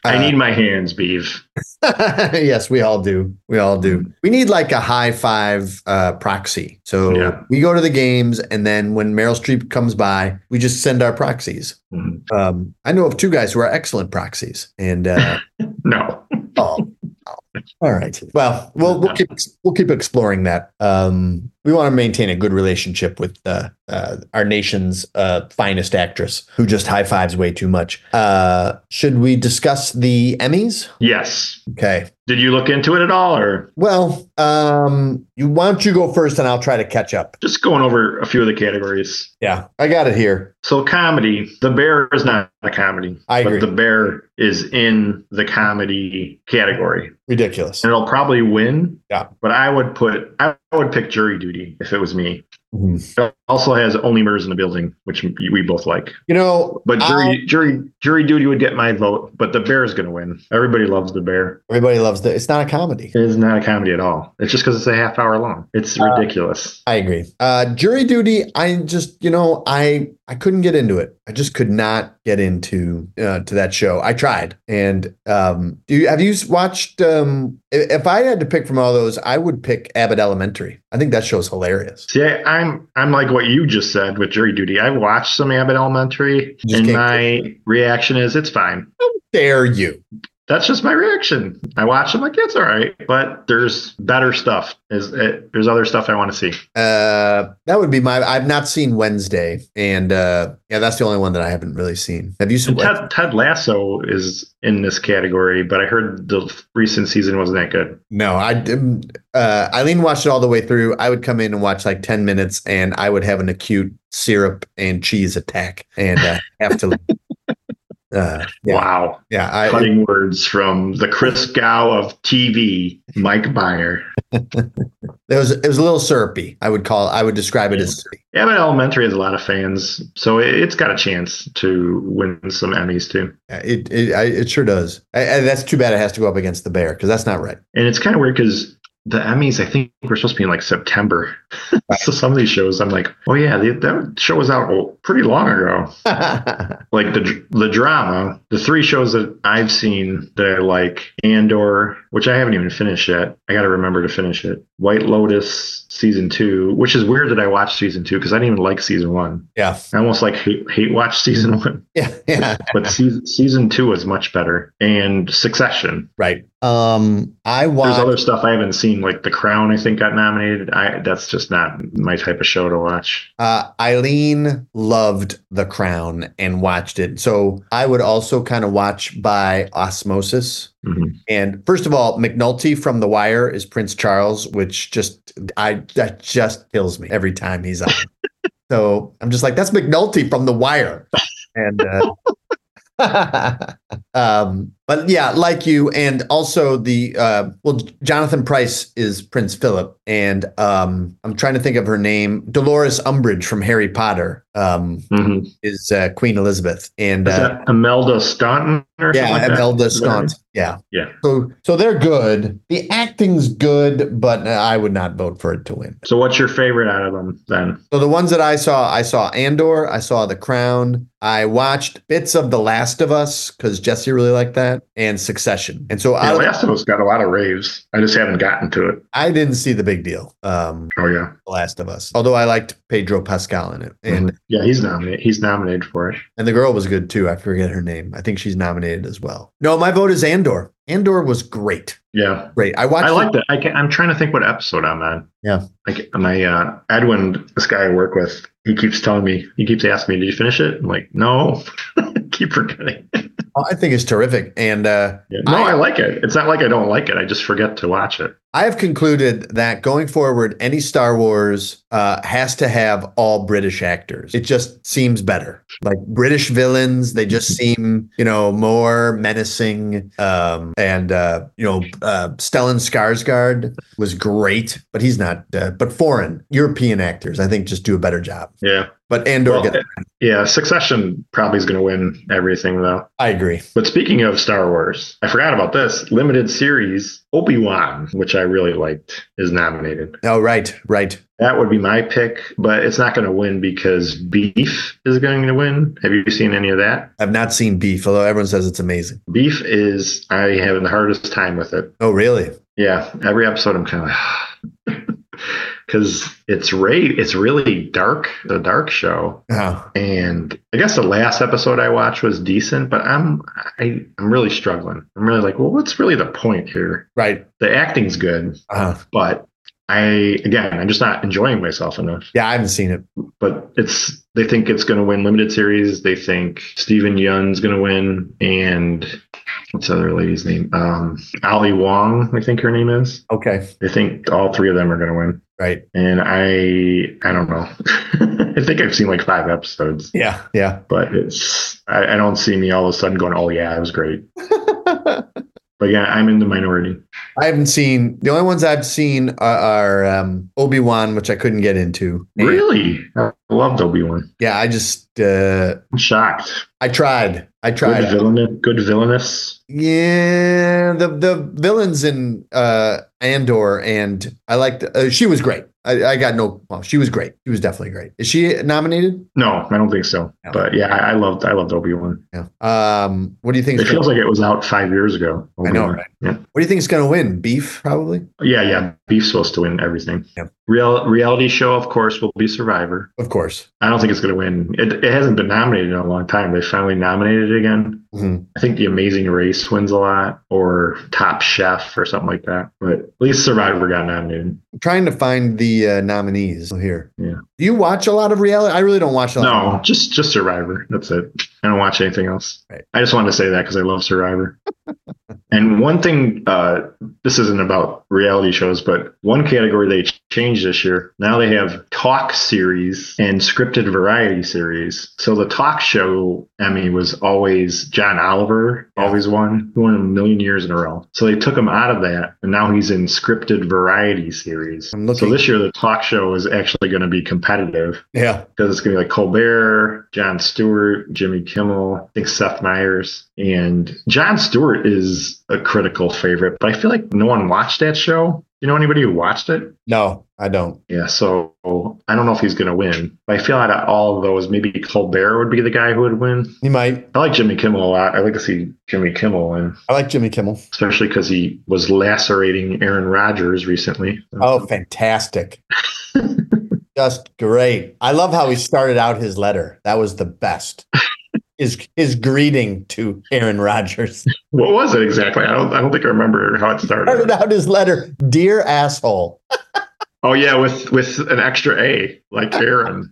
I
Uh,
need my hands, Beeve.
yes, we all do. We all do. We need like a high five uh, proxy. So
Yeah.
we go to the games, and then when Meryl Streep comes by, we just send our proxies.
Mhm.
Um, I know of two guys who are excellent proxies, and uh,
No.
oh, oh. all right. Well, we'll we'll keep we'll keep exploring that. Um, we want to maintain a good relationship with uh, uh, our nation's uh, finest actress, who just high fives way too much. Uh, should we discuss the Emmys?
Yes.
Okay.
Did you look into it at all or
Well, um, you why don't you go first, and I'll try to catch up.
just going over a few of the categories?
Yeah, I got it here.
So comedy, The Bear is not a comedy.
I
but
agree.
The Bear is in the comedy category.
Ridiculous.
and it'll probably win.
Yeah.
But I would put I would pick jury duty if it was me.
Mhm.
It also has only murders in the building, which we both like.
You know,
But
I-
jury, jury, jury duty would get my vote. But the bear is going to win. Everybody loves the bear.
everybody loves that. It's not a comedy.
It is not a comedy at all. It's just because it's a half hour long. It's
Uh,
ridiculous.
I agree. Uh, jury duty. I just, you know, I I couldn't get into it. I just could not get into uh, to that show. I tried, and um, do you, have you watched? Um, i- if I had to pick from all those, I would pick Abbott Elementary. I think that show's hilarious.
See, I, I'm I'm like what you just said with jury duty. I watched some Abbott Elementary,
Just
and
can't-
my reaction is it's fine.
Dare you?
that's just my reaction. I watch them like it's all right, but there's better stuff. Is it, there's other stuff I want to see.
Uh, that would be my. I've not seen Wednesday, and uh, yeah, that's the only one that I haven't really seen. Have you seen?
And
Wednesday?
Ted, Ted Lasso is in this category, but I heard the f- recent season wasn't that good.
No, I didn't. Uh, Eileen watched it all the way through. I would come in and watch like 10 minutes and I would have an acute syrup and cheese attack and uh, have to leave. Uh, yeah,
Wow,
yeah, I,
cutting words from the Chris Gow of TV, Mike Meyer.
it was it was a little syrupy. I would call I would describe it as syrupy.
Abbott Elementary has a lot of fans, so it, it's got a chance to win some Emmys too.
Uh, it it, I, it sure does. I, I, that's too bad. It has to go up against the bear because that's not right.
And it's kind of weird because the Emmys, I think, were supposed to be in like September. so some of these shows, I'm like, oh yeah, the, that show was out oh, pretty long ago. Like the the drama, the three shows that I've seen that I like, Andor, which I haven't even finished yet. I got to remember to finish it. White Lotus season two, which is weird that I watched season two because I didn't even like season one.
yeah,
I almost like hate, hate watch season one,
yeah, yeah.
but season, season two was much better. And Succession,
Right. Um, I
there's
watched.
other stuff I haven't seen, like The Crown. I think got nominated. I that's just not my type of show to watch.
Uh, Eileen loved The Crown and watched it. So I would also kind of watch by osmosis.
Mhm.
And first of all, McNulty from The Wire is Prince Charles, which just I that just kills me every time he's on. so I'm just like, that's McNulty from The Wire. And uh, um, but yeah, like you, and also the uh, well, Jonathan Price is Prince Philip, and um, I'm trying to think of her name. Dolores Umbridge from Harry Potter um,
Mhm.
is uh, Queen Elizabeth, and
Is
uh,
that Imelda Staunton or
yeah,
something like that?
Imelda
Is that her name?
Staunton. Yeah,
Yeah.
So so they're good. The acting's good, but uh, I would not vote for it to win.
So what's your favorite out of them then?
So the ones that I saw, I saw Andor, I saw The Crown, I watched bits of The Last of Us because Jesse really liked that, and Succession. And so
Oh, Yeah,
I,
Last of Us got a lot of raves. I just haven't gotten to it.
I didn't see the big deal, um,
Oh yeah,
The Last of Us. Although I liked Pedro Pascal in it, and
Mhm. yeah, he's nominated. He's nominated for it.
and the girl was good too. I forget her name. I think she's nominated as well. No, my vote is Andor. Andor was great,
Yeah,
great. I watched.
I
it-
like that. I can, I'm trying to think what episode I'm on.
Yeah.
like my uh, Edwin, this guy I work with, he keeps telling me, he keeps asking me, "Did you finish it?" I'm like, "No," keep forgetting.
I think it's terrific, and uh,
Yeah. No, I, like it. It's not like I don't like it. I just forget to watch it.
I have concluded that going forward, any Star Wars uh, has to have all British actors. It just seems better. Like British villains, they just seem, you know, more menacing. Um, and uh, you know, uh, Stellan Skarsgård was great, but he's not. Uh, but foreign European actors, I think, just do a better job.
Yeah.
But Andor,
Well,
gets-
Yeah. Succession probably is going to win everything, though.
I agree.
But speaking of Star Wars, I forgot about this limited series Obi Wan, which I really liked, is nominated.
Oh, right, right.
That would be my pick, but it's not going to win because Beef is going to win. Have you seen any of that?
I've not seen Beef, although everyone says it's amazing.
Beef is, I have the hardest time with it.
Oh, really?
Yeah, every episode I'm kind of like, because it's Ray, it's really dark, the dark show.
Oh,
and I guess the last episode I watched was decent, but I'm I, I'm really struggling. I'm really like, well, what's really the point here?
right.
The acting's good,
Uh,
but I again, I'm just not enjoying myself enough.
yeah, I haven't seen it.
But it's they think it's going to win limited series. They think Stephen Yun's going to win, and what's the other lady's name? Um, Ali Wong, I think her name is.
Okay,
They think all three of them are going to win,
right.
and I I don't know. I think I've seen like five episodes.
Yeah, yeah.
but it's I, I don't see me all of a sudden going, oh yeah, it was great. But yeah, I'm in the minority.
I haven't seen the only ones I've seen are, are um, Obi Wan, which I couldn't get into. And,
Really? I loved Obi Wan.
Yeah, I just uh,
I'm shocked.
I tried. I tried.
Good villainous. Good villainous.
Yeah, the the villains in uh Andor and I liked uh, she was great. I, I got no well, she was great. She was definitely great. Is she nominated?
No, I don't think so.
No.
But yeah, I, I loved I loved Obi Wan.
Yeah. Um what do you think
It
is gonna,
feels like it was out five years ago.
I know,
Obi-Wan.
right?
Yeah.
What do you think is going to win? Beef probably?
Yeah, yeah. Beef's supposed to win everything.
Yeah.
Real reality show, of course, will be Survivor.
Of course.
I don't think it's going to win. It, it hasn't been nominated in a long time. They finally nominated it again.
Mhm.
I think The Amazing Race wins a lot, or Top Chef, or something like that. But at least Survivor got nominated.
I'm trying to find the uh, nominees here.
Yeah.
Do you watch a lot of reality? I really don't watch a lot.
No, just just Survivor. That's it. I don't watch anything else.
Right.
I just wanted to say that because I love Survivor. and one thing, uh, this isn't about reality shows, but one category they ch- changed this year. Now they have talk series and scripted variety series. So the talk show Emmy was always John Oliver,
Yeah.
always won, who won a million years in a row. So they took him out of that, and now he's in scripted variety series.
I'm looking-
So this year the talk show is actually going to be competitive
Yeah.
because it's going to be like Colbert, John Stewart, Jimmy Kimmel, I think Seth Meyers. And John Stewart is a critical favorite, but I feel like no one watched that show. You know anybody who watched it?
No, I don't.
Yeah, so I don't know if he's going to win. But I feel out of all of those, maybe Colbert would be the guy who would win.
You might.
I like Jimmy Kimmel a lot. I like to see Jimmy Kimmel win,
I like Jimmy Kimmel.
especially because he was lacerating Aaron Rodgers recently.
Oh, fantastic. Just great. I love how he started out his letter. That was the best. His his greeting to Aaron Rodgers.
What was it exactly? I don't. I don't think I remember how it
Started out his letter, dear asshole.
Oh yeah, with with an extra A, like Aaron.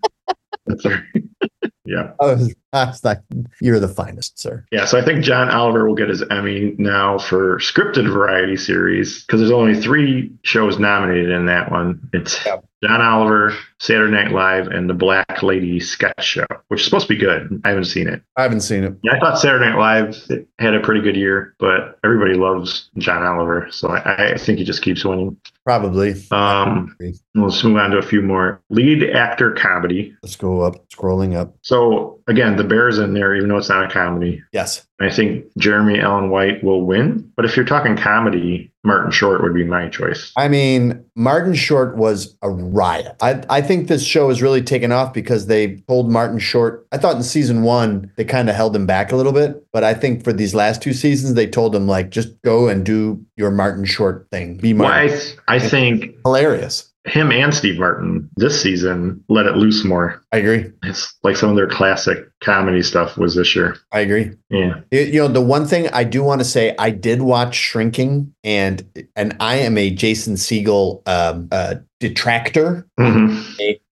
That's right. yeah,
I was, I was like, you're the finest, sir.
yeah. So I think John Oliver will get his Emmy now for scripted variety series because there's only three shows nominated in that one. It's
Yeah.
John Oliver, Saturday Night Live, and The Black Lady Sketch Show, which is supposed to be good. I haven't seen it.
I haven't seen it.
Yeah, I thought Saturday Night Live had a pretty good year, but everybody loves John Oliver, so I, I think he just keeps winning.
Probably.
Um, let's move on to a few more lead actor comedy.
Let's go up, scrolling up.
So again, the bear's in there, even though it's not a comedy.
Yes.
I think Jeremy Allen White will win. But if you're talking comedy, Martin Short would be my choice.
I mean, Martin Short was a riot. I, I think this show has really taken off because they told Martin Short. I thought in season one, they kind of held him back a little bit. But I think for these last two seasons, they told him, like, just go and do your Martin Short thing. Be
Well, I,
Martin.
th- I think
Hilarious.
him and Steve Martin this season let it loose more.
I agree.
It's like some of their classic comedy stuff was this year.
I agree.
Yeah.
You- you know, the one thing I do want to say, I did watch Shrinking, and and I am a Jason Siegel um, uh, detractor.
hmm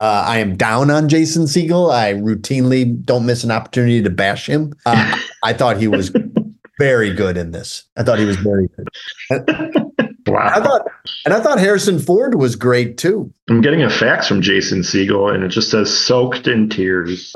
Uh, I am down on Jason Siegel. I routinely don't miss an opportunity to bash him. Uh, I thought he was very good in this. I thought he was very good. I
Wow.
thought, and I thought Harrison Ford was great too.
I'm getting a fax from Jason Siegel and it just says soaked in tears.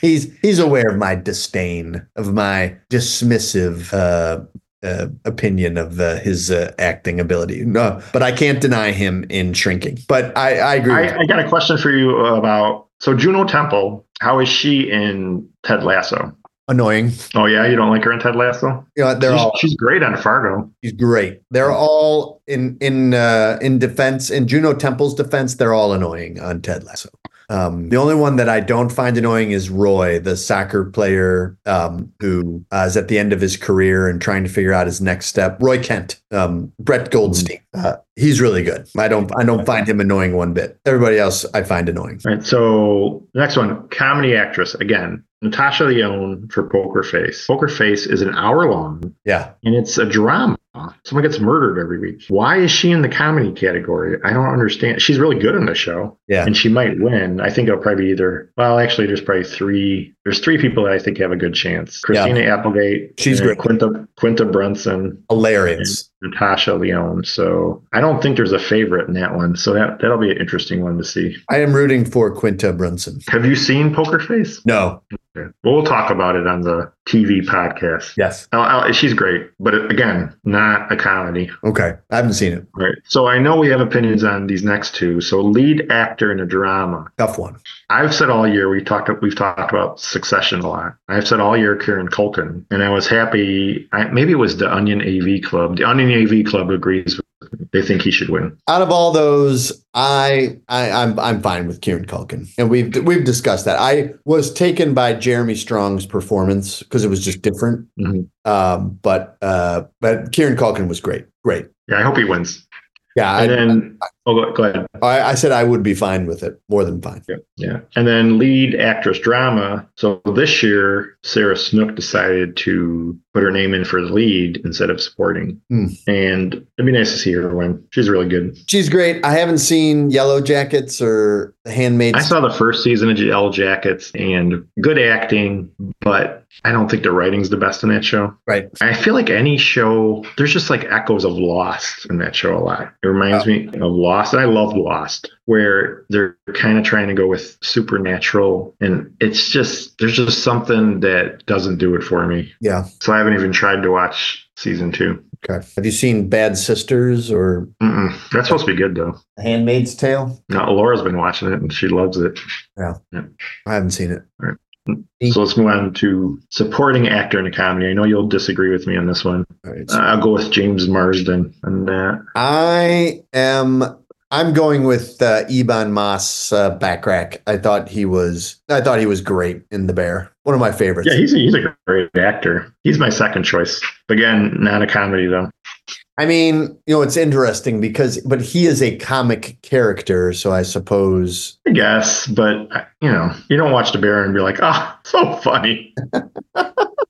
he's he's aware of my disdain, of my dismissive uh, uh, opinion of uh, his uh, acting ability. No, but I can't deny him in shrinking. But I, I agree. with
I, I got a question for you about so Juno Temple, how is she in Ted Lasso?
you. annoying.
Oh yeah, you don't like her in Ted Lasso?
You know, they're
she's,
all
she's great on Fargo.
He's great. They're all in in uh, in defense in Juno Temple's defense. They're all annoying on Ted Lasso. Um, the only one that I don't find annoying is Roy, the soccer player um, who uh, is at the end of his career and trying to figure out his next step. Roy Kent, um, Brett Goldstein. Uh, he's really good. I don't I don't find him annoying one bit. Everybody else I find annoying.
All right, so next one, comedy actress again, Natasha Leone for Poker Face. Poker Face is an hour long
Yeah,
and it's a drama. Someone gets murdered every week. Why is she in the comedy category? I don't understand. She's really good in the show,
yeah.
and she might win. I think it'll probably be either. Well, actually, there's probably three There's three people that I think have a good chance. Christina Applegate.
She's
and
great.
Quinta, Quinta Brunson.
Hilarious.
Natasha Leone. So I don't think there's a favorite in that one. So that, that'll be an interesting one to see.
I am rooting for Quinta Brunson.
Have you seen Poker Face?
No.
Okay. Well, we'll talk about it on the TV podcast.
Yes.
i she's great, but again, not a comedy.
Okay. I haven't seen it.
Right. So I know we have opinions on these next two. So lead actor in a drama.
Tough one.
I've said all year we talked we've talked about Succession a lot. I've said all year Kieran Culkin, and I was happy. I, maybe it was the Onion AV Club. The Onion AV Club agrees. With me. They think he should win.
Out of all those, I, I I'm I'm fine with Kieran Culkin, and we've we've discussed that. I was taken by Jeremy Strong's performance because it was just different.
Mhm.
Um, but uh, but Kieran Culkin was great. Great.
Yeah, I hope he wins.
Yeah. I,
And then oh, go- go ahead.
I, I said I would be fine with it. More than fine.
Yeah. yeah. And then lead actress drama. So this year, Sarah Snook decided to put her name in for the lead instead of supporting.
Hmm.
And it'd be nice to see her win. She's really good.
She's great. I haven't seen Yellow Jackets or The Handmaid's.
I saw the first season of Yellow Jackets and good acting, but I don't think the writing's the best in that show.
Right.
I feel like any show, there's just like echoes of Lost in that show a lot. It reminds me of Lost, and I love Lost, where they're kind of trying to go with supernatural, and it's just there's just something that doesn't do it for me.
Yeah.
So I haven't even tried to watch season two.
Okay. Have you seen Bad Sisters or
Mm-mm. That's supposed to be good though.
The Handmaid's Tale?
Now, Laura's been watching it and she loves it.
I haven't seen it.
So let's move on to supporting actor in a comedy. I know you'll disagree with me on this one.
All right.
Uh, I'll go with James Marsden on that.
I am. I'm going with uh, Ebon Moss uh, Backrack. I thought he was. I thought he was great in The Bear. One of my favorites.
Yeah, he's a, he's a great actor. He's my second choice. Again, not a comedy though.
I mean, you know, it's interesting because, but he is a comic character, so I suppose.
I guess, but uh, you know, you don't watch The Bear and be like, ah, so funny.
I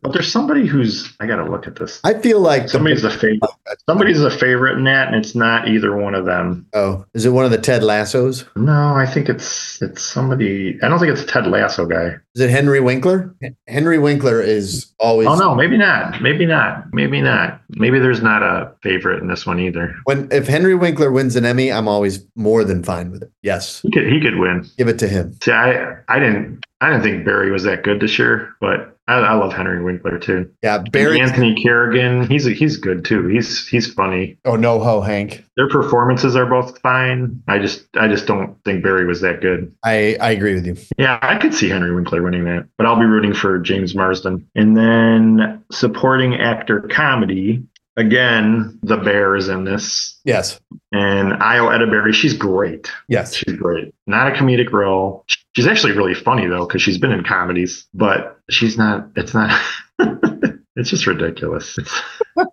But there's somebody who's I gotta look at this.
feel like the,
Somebody's a favorite. Somebody's a favorite in that, and it's not either one of them.
oh, is it one of the Ted Lassos?
No, I think it's it's somebody. I don't think it's a Ted Lasso guy.
Is it Henry Winkler? Hen- Henry Winkler is always.
Oh no, maybe not. Maybe not. Maybe not. Maybe there's not a favorite in this one either.
When if Henry Winkler wins an Emmy, I'm always more than fine with it. Yes,
He could he could win.
give it to him.
See, I I didn't I didn't think Barry was that good this year, but I, I love Henry Winkler too.
Yeah,
Barry
Barry.
Anthony Kerrigan, he's he's good too. He's he's funny.
Oh no, ho Hank.
Their performances are both fine. I just I just don't think Barry was that good.
I I agree with you.
Yeah, I could see Henry Winkler winning that, but I'll be rooting for James Marsden. And then supporting actor comedy. Again, the bear is in this.
Yes.
And Io Edaberry, she's great.
Yes.
She's great. Not a comedic role. She's actually really funny though, because she's been in comedies, but she's not. It's not. it's just ridiculous. It's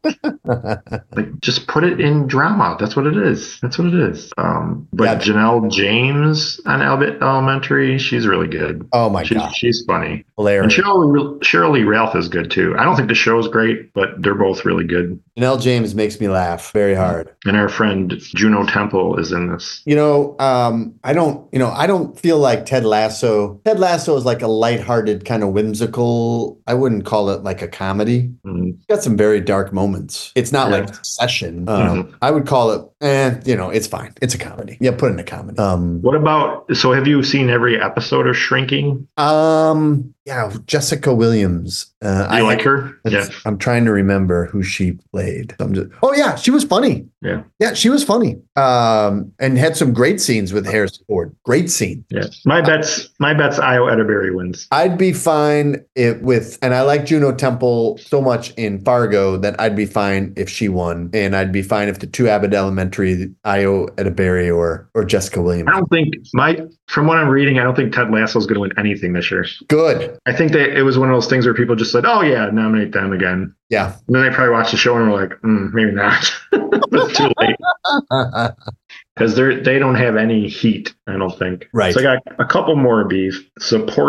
Oh
like just put it in drama. That's what it is. That's what it is. Um, but
Yeah.
Janelle James on Elbit Elementary, she's really good.
oh my
she's,
god.
she's funny. And
Hilarious.
Shirley, Shirley Ralph is good too. I don't think the show's great, but they're both really good.
Janelle James makes me laugh very hard.
And our friend Juno Temple is in this.
You know, um, I don't, you know, I don't feel like Ted Lasso. Ted Lasso is like a lighthearted kind of whimsical. I wouldn't call it like a comedy.
Mm.
It's got some very dark moments. It's not
Yeah. Mm-hmm.
like Session. Um, I would call it, eh, you know, it's fine. It's a comedy. Yeah, put it in a comedy. Um,
What about so have you seen every episode of Shrinking?
um, yeah, Jessica Williams. Uh,
Do you like her? Yeah.
It's- I'm trying to remember who she played. I'm just- oh yeah, she was funny.
Yeah.
Yeah, she was funny. Um, and had some great scenes with Harrison Ford. Great scene.
Yeah. My bets my bets Io Edaberry wins.
I'd be fine if, with, and I like Juno Temple so much in Fargo that I'd be fine if she won, and I'd be fine if the two Abbott Elementary, Io Edaberry or or Jessica Williams.
I don't think my from what I'm reading, I don't think Ted Lasso's gonna win anything this year.
Good.
I think that it was one of those things where people just said, Oh yeah, nominate them again.
Yeah.
And then they probably watched the show and were like, mm, maybe not. but it's too late. because they they don't have any heat. I don't think.
Right.
So I got a couple more beef.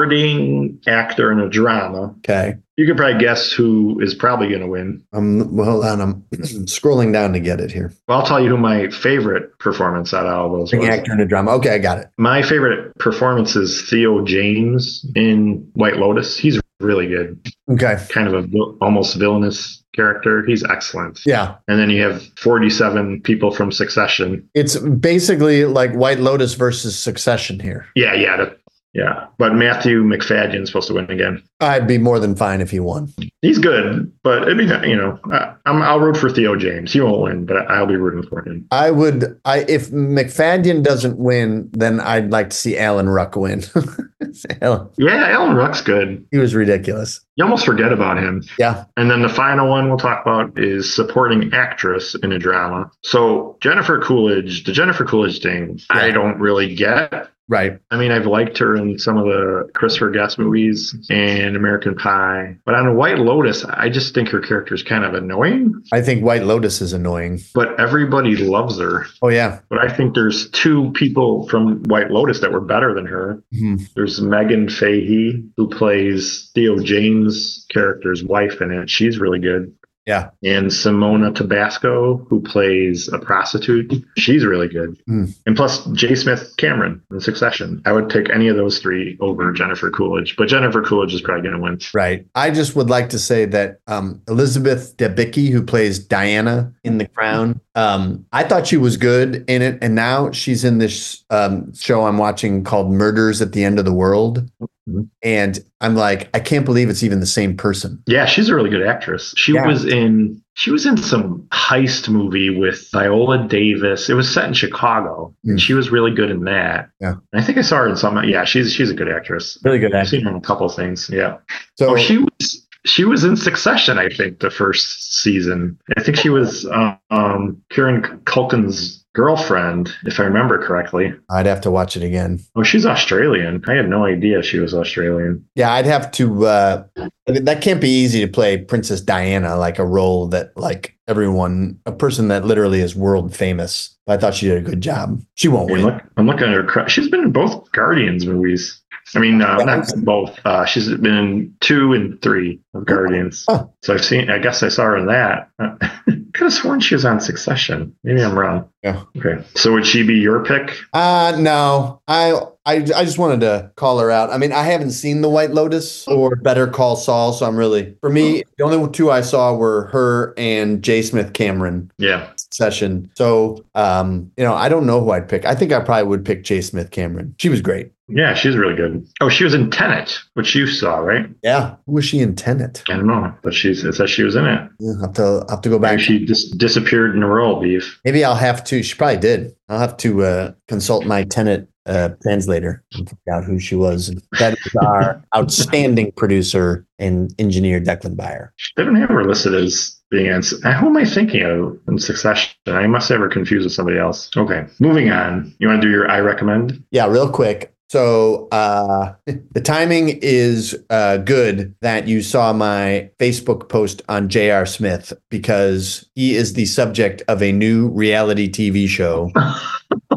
Supporting actor in a drama.
Okay.
You could probably guess who is probably going to win.
Um, well, hold on. I'm scrolling down to get it here.
Well, I'll tell you who my favorite performance out of all those
Supporting
was.
actor in a drama. Okay, I got it.
My favorite performance is Theo James in White Lotus. He's really good.
Okay.
Kind of a vil- almost villainous character. He's excellent.
Yeah.
And then you have 47 people from Succession.
It's basically like White Lotus versus Succession here.
Yeah, yeah, that- yeah. But Matthew McFadden's supposed to win again.
I'd be more than fine if he won.
He's good, but I mean, you know, I, I'm I'll root for Theo James. He won't win, but I'll be rooting for him.
I would. I if McFadden doesn't win, then I'd like to see Alan Ruck win. Alan,
Yeah, Alan Ruck's good.
he was ridiculous.
You almost forget about him.
Yeah.
And then the final one we'll talk about is supporting actress in a drama. So Jennifer Coolidge, the Jennifer Coolidge thing, I
Yeah.
don't really get.
Right.
I mean, I've liked her in some of the Christopher Guest movies and American Pie, but on White Lotus, I just think her character is kind of annoying.
I think White Lotus is annoying.
But everybody loves her.
Oh yeah.
But I think there's two people from White Lotus that were better than her.
Mhm.
There's Megan Fahey, who plays Theo James' character's wife in it. She's really good.
Yeah.
And Simona Tabasco, who plays a prostitute. She's really good.
Mm.
And plus J. Smith Cameron in Succession. I would take any of those three over Jennifer Coolidge, but Jennifer Coolidge is probably going to win.
Right. I just would like to say that um, Elizabeth Debicki, who plays Diana in The Crown, um, I thought she was good in it, and now she's in this um, show I'm watching called Murders at the End of the World, Mm-hmm.
Mhm.
and I'm like, I can't believe it's even the same person.
Yeah, she's a really good actress. She
Yeah.
was in she was in some heist movie with Viola Davis. It was set in Chicago.
Mm.
And she was really good in that.
Yeah.
And I think I saw her in some yeah, she's she's a good actress.
Really good
I've seen her in a couple of things. Yeah.
So
oh, she was she was in Succession, I think, the first season. I think she was uh, um Kieran Culkin's girlfriend, if I remember correctly.
I'd have to watch it again.
Oh, she's Australian. I had no idea she was Australian.
Yeah, I'd have to. Uh, I mean, that can't be easy to play Princess Diana, like a role that, like everyone, a person that literally is world famous. I thought she did a good job. She won't
I mean,
win.
look, I'm looking at her. cre- She's been in both Guardians movies. I mean, uh, not both. Uh, she's been in two and three of Guardians.
Oh. Huh.
So I've seen. I guess I saw her in that. Could have sworn she was on Succession. Maybe I'm wrong.
Yeah.
Okay. So would she be your pick?
Uh no, I, I I just wanted to call her out. I mean, I haven't seen The White Lotus or Better Call Saul, so I'm really for me the only two I saw were her and J. Smith Cameron
Yeah.
session. So um, you know, I don't know who I'd pick. I think I probably would pick J. Smith Cameron. She was great.
Yeah, she's really good. Oh, she was in Tenet, which you saw, right?
Yeah, who was she in Tenet?
I don't know, but she's it says she was in it.
Yeah, I'll have to I'll have to go back.
Maybe she just disappeared in a royal beef.
Maybe I'll have to. She probably did. I'll have to uh, consult my tenant uh, translator and find out who she was. That is our outstanding producer and engineer, Declan Byer.
They don't have her listed as being on. Who am I thinking of in Succession? I must have her confused with somebody else. Okay, moving on. You want to do your I recommend?
Yeah, real quick. So uh, the timing is uh, good that you saw my Facebook post on J.R. Smith because he is the subject of a new reality TV show.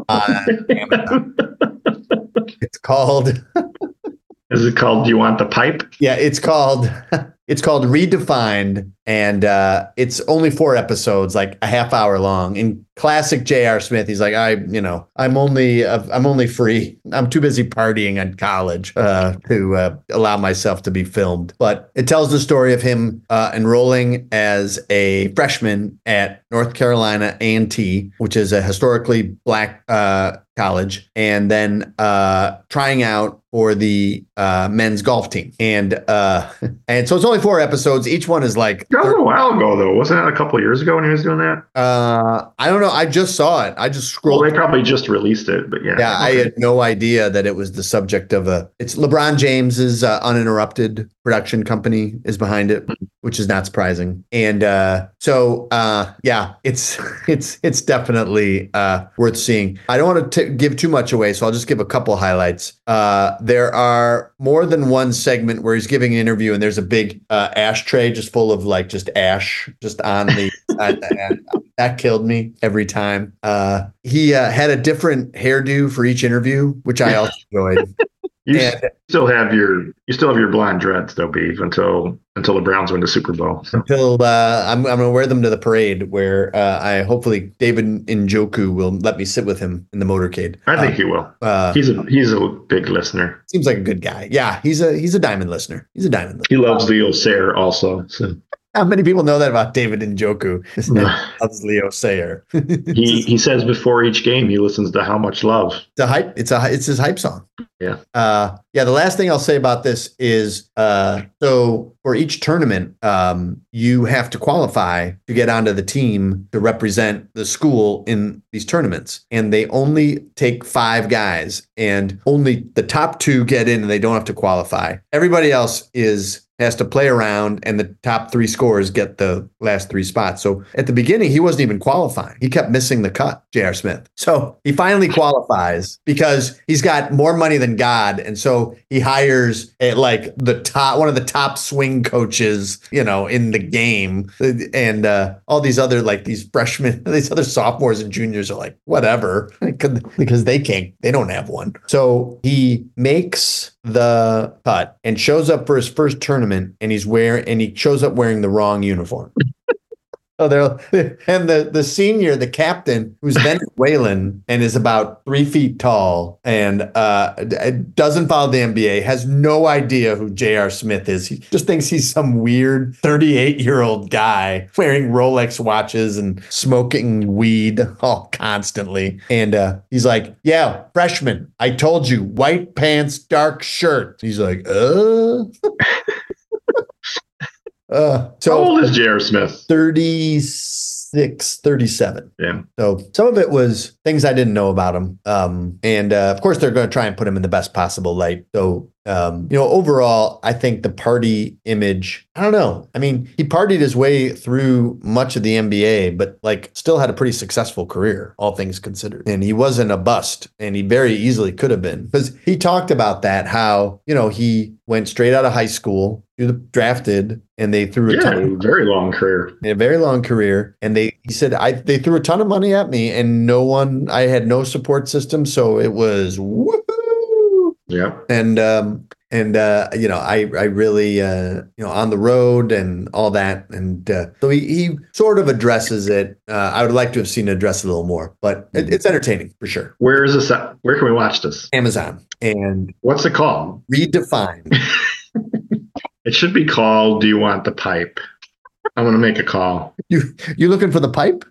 on Amazon. It's called
Is it called You Want the Pipe?
Yeah, it's called it's called Redefined, and uh, it's only four episodes, like a half hour long. In classic J.R. Smith, he's like, I, you know, I'm only uh, I'm only free. I'm too busy partying at college uh, to uh, allow myself to be filmed. But it tells the story of him uh, enrolling as a freshman at North Carolina A&T, which is a historically black uh, college and then uh trying out for the uh men's golf team and uh and so it's only four episodes each one is like
That was a while ago, though. Wasn't that a couple of years ago when he was doing that?
uh i don't know i just saw it i just
Well,
scrolled
they probably just released it, but yeah.
yeah i
Okay.
had no idea that it was the subject of a it's lebron james's uh, uninterrupted production company is behind it, which is not surprising. And uh, so, uh, yeah, it's it's it's definitely uh, worth seeing. I don't want to give too much away, so I'll just give a couple highlights. Uh, there are more than one segment where he's giving an interview, and there's a big uh, ashtray just full of like just ash just on the. uh, I, I, that killed me every time. Uh, he uh, had a different hairdo for each interview, which I also enjoyed.
You and, still have your you still have your blonde dreads though, Beef, until until the Browns win the Super Bowl.
So. Until uh, I'm I'm gonna wear them to the parade where uh, I hopefully David Njoku will let me sit with him in the motorcade. Um,
I think uh, he will. he's a he's a big listener.
Seems like a good guy. Yeah, he's a he's a diamond listener. He's a diamond. Listener.
He loves Leo Sayer also. So.
How many people know that about David Njoku? That's Leo Sayer.
he he says before each game he listens to How Much Love.
The hype. It's a it's his hype song.
Yeah.
Uh, yeah. The last thing I'll say about this is uh, so for each tournament, um, you have to qualify to get onto the team to represent the school in these tournaments, and they only take five guys, and only the top two get in, and they don't have to qualify. Everybody else is has to play around and the top three scores get the last three spots. So at the beginning, he wasn't even qualifying. He kept missing the cut, J.R. Smith. So he finally qualifies because he's got more money than God. And so he hires a, like the top, one of the top swing coaches, you know, in the game. And uh, all these other, like these freshmen, these other sophomores and juniors are like, whatever, because they can't, they don't have one. So he makes the cut and shows up for his first tournament and he's wearing and he shows up wearing the wrong uniform. Oh, they're and the the senior, the captain, who's Venezuelan and is about three feet tall and uh, doesn't follow the NBA, has no idea who J.R. Smith is. He just thinks he's some weird 38 year old guy wearing Rolex watches and smoking weed all constantly. And uh, he's like, "Yeah, freshman, I told you, white pants, dark shirt." He's like, "Uh." Uh,
so How old is J.R. Smith?
36, 37.
Yeah.
So some of it was things I didn't know about him. Um, and uh, of course, they're going to try and put him in the best possible light. So um, you know, overall, I think the party image, I don't know. I mean, he partied his way through much of the NBA, but like still had a pretty successful career, all things considered. And he wasn't a bust, and he very easily could have been because he talked about that how, you know, he went straight out of high school, he was drafted, and they threw a
yeah,
ton
of, very long career.
A very long career. And they, he said, I, they threw a ton of money at me, and no one, I had no support system. So it was whoop,
yeah.
And um and uh you know, I I really uh you know on the road and all that and uh, so he, he sort of addresses it. Uh, I would like to have seen it addressed a little more, but it, it's entertaining for sure.
Where is this at? Where can we watch this?
Amazon. And
what's it called?
Redefined.
it should be called Do You Want the Pipe? I'm gonna make a call.
You you looking for the pipe?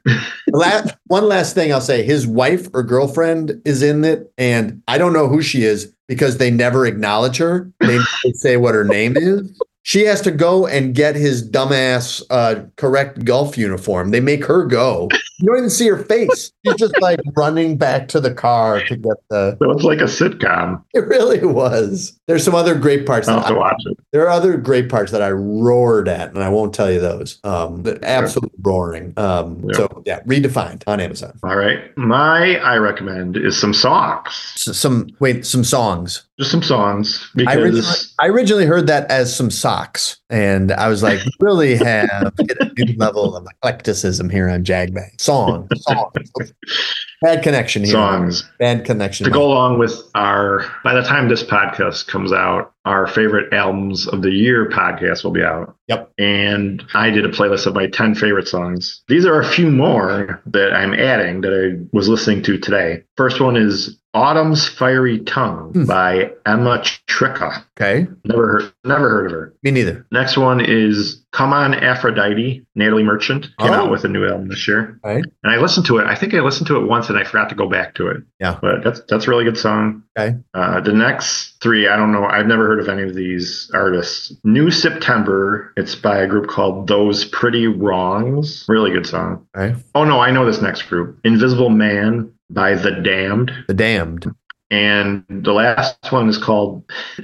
last, one last thing I'll say: his wife or girlfriend is in it, and I don't know who she is because they never acknowledge her. They say what her name is. She has to go and get his dumbass uh, correct golf uniform. They make her go. You don't even see her face. She's just like running back to the car to get the.
So it's like a sitcom.
It really was. There's some other great parts.
I'll have to watch
I,
it.
There are other great parts that I roared at, and I won't tell you those. Um, absolutely roaring. Um, yeah. So yeah, redefined on Amazon.
All right, my I recommend is some songs.
S- some wait, some songs.
Just some songs.
Because I originally, I originally heard that as some socks, and I was like, really have a new level of eclecticism here on Jagbang. Song, songs. Bad connection here.
Songs.
Bad connection.
To go along with our, by the time this podcast comes out, our favorite albums of the year podcast will be out.
Yep.
And I did a playlist of my 10 favorite songs. These are a few more that I'm adding that I was listening to today. First one is Autumn's Fiery Tongue hmm. by Emma Tricka.
Okay.
Never heard never heard of her.
Me neither.
Next one is Come On Aphrodite, Natalie Merchant. Came oh. out with a new album this year.
Right.
And I listened to it. I think I listened to it once and I forgot to go back to it.
Yeah.
But that's that's a really good song.
Okay.
Uh, the next three, I don't know. I've never heard of any of these artists. New September, it's by a group called Those Pretty Wrongs. Really good song.
Okay.
Oh no, I know this next group. Invisible Man by the Damned.
The Damned.
And the last one is called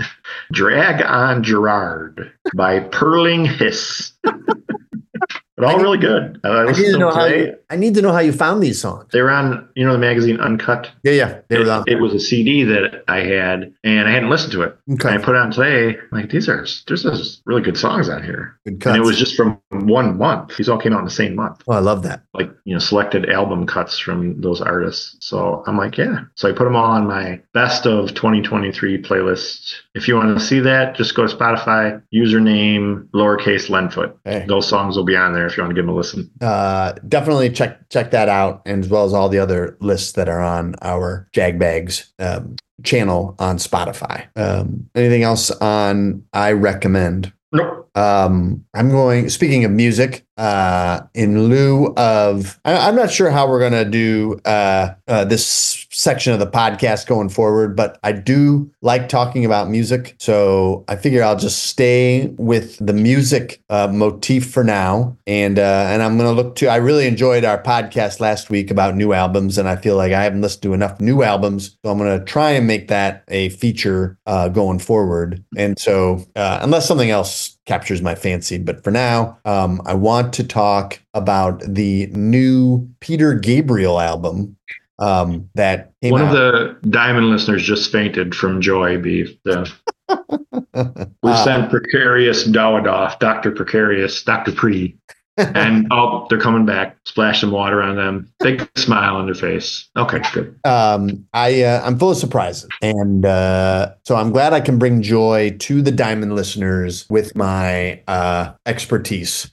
Drag on Gerard by Perling Hiss. but all really good. Uh, I,
I
listened
need to
to
know
them
how
today.
you, I need to know how you found these songs.
They were on, you know, the magazine Uncut.
Yeah, yeah, they were on.
It, it was a CD that I had, and I hadn't listened to it.
Okay,
And I put it on today. I'm like these are there's some really good songs on here,
good cuts.
and it was just from one month. These all came out in the same month,
oh, I love that.
like you know, selected album cuts from those artists. So I'm like, yeah. So I put them all on my best of 2023 playlist. If you want to see that, just go to Spotify, username lowercase Lenfoot.
Hey.
Those songs will be on there if you want to give them a listen.
Uh, definitely check check that out, and as well as all the other lists that are on our Jagbags um, channel on Spotify. Um, anything else on I recommend?
Nope.
Um, I'm going. Speaking of music, uh, in lieu of, I, I'm not sure how we're gonna do uh, uh, this section of the podcast going forward, but I do like talking about music, so I figure I'll just stay with the music uh, motif for now, and uh, and I'm gonna look to. I really enjoyed our podcast last week about new albums, and I feel like I haven't listened to enough new albums, so I'm gonna try and make that a feature uh, going forward. And so, uh, unless something else captures my fancy. But for now, um, I want to talk about the new Peter Gabriel album um, that came
One
out.
of the diamond listeners just fainted from joy. Be the We
Uh,
sent Precarious Dawadoff, Dr. Precarious, Dr. Pre. and oh, they're coming back. Splash some water on them. Big smile on their face. Okay, good.
um, I uh, I'm full of surprises, and uh, so I'm glad I can bring joy to the Diamond listeners with my uh, expertise.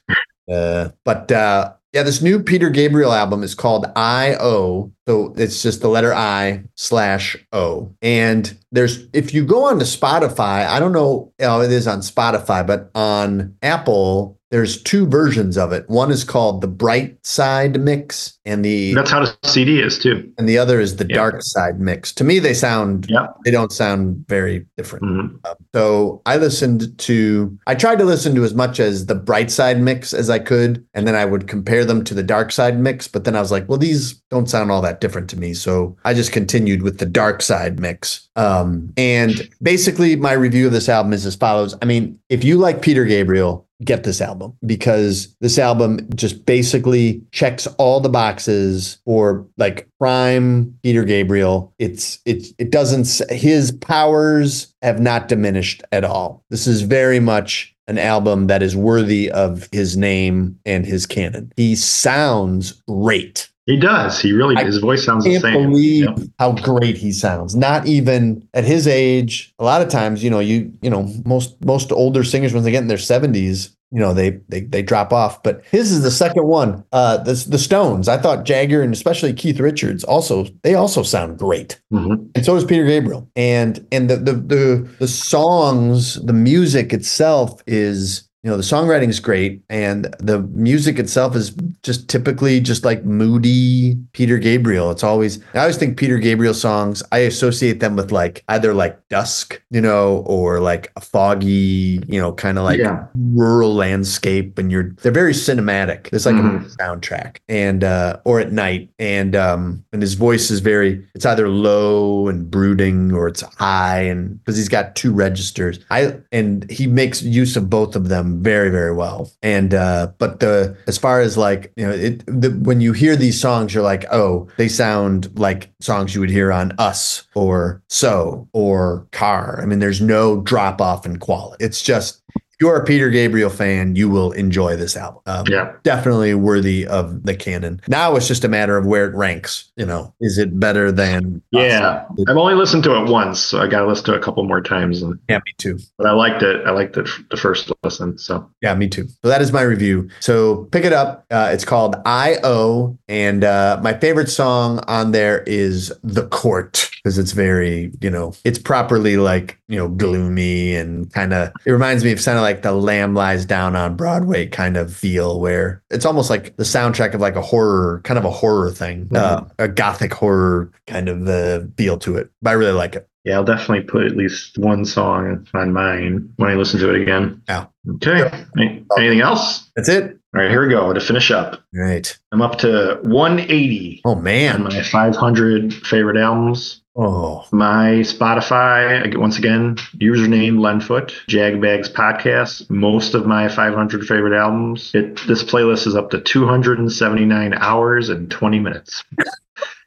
Uh, but uh, yeah, this new Peter Gabriel album is called I O. So it's just the letter I slash O. And there's if you go on to Spotify, I don't know how it is on Spotify, but on Apple. There's two versions of it. One is called the Bright Side Mix, and the
That's how the CD is, too.
and the other is the
Yeah.
dark side mix. To me, they sound
Yeah.
they don't sound very different.
Mhm.
So I listened to I tried to listen to as much as the bright side mix as I could, and then I would compare them to the dark side mix. But then I was like, well, these don't sound all that different to me. So I just continued with the dark side mix. Um, and basically, my review of this album is as follows. I mean, if you like Peter Gabriel, get this album because this album just basically checks all the boxes for like prime Peter Gabriel. It's it it doesn't s- his powers have not diminished at all. This is very much an album that is worthy of his name and his canon. He sounds great.
He does. He really,
I
his voice sounds the
Can't
same.
believe
Yep.
how great he sounds. Not even at his age. A lot of times, you know, you you know, most most older singers when they get in their seventies, you know, they they they drop off. But his is the second one. Uh, the the Stones. I thought Jagger and especially Keith Richards also they also sound great
Mhm.
and so does Peter Gabriel. And and the the the, the songs, the music itself is. You know the songwriting is great, and the music itself is just typically just like moody Peter Gabriel. It's always I always think Peter Gabriel songs I associate them with like either like dusk, you know, or like a foggy, you know, kind of like
yeah.
rural landscape and you're they're very cinematic it's like
Mhm.
a soundtrack and uh or at night and um and his voice is very it's either low and brooding or it's high and because he's got two registers i and he makes use of both of them very very well and uh but the as far as like you know it the, when you hear these songs you're like oh they sound like songs you would hear on us or so or car i mean there's no drop off in quality it's just if you're a Peter Gabriel fan, you will enjoy this album. Um,
Yeah.
Definitely worthy of the canon. Now it's just a matter of where it ranks. You know, is it better than?
Yeah.
Us?
I've only listened to it once, so I got to listen to it a couple more times. and-
Yeah, me too.
But I liked it. I liked it f- the first listen. So
Yeah, me too. So that is my review. So pick it up. Uh, it's called I O, and uh, my favorite song on there is "The Court" because it's very, you know, it's properly like you know gloomy and kind of. It reminds me of kind of like the Lamb Lies Down on Broadway kind of feel, where it's almost like the soundtrack of like a horror, kind of a horror thing, uh, a gothic horror kind of uh, feel to it. But I really like it.
yeah, I'll definitely put at least one song on mine when I listen to it again.
Yeah.
Okay. Any- Anything else?
That's it.
All right, here we go to finish up.
All right.
I'm up to 180
Oh
on
man.
my 500 favorite albums.
Oh,
My Spotify, ag- once again, username Lenfoot, Jagbags Podcast, most of my 500 favorite albums. It, this playlist is up to 279 hours and 20 minutes.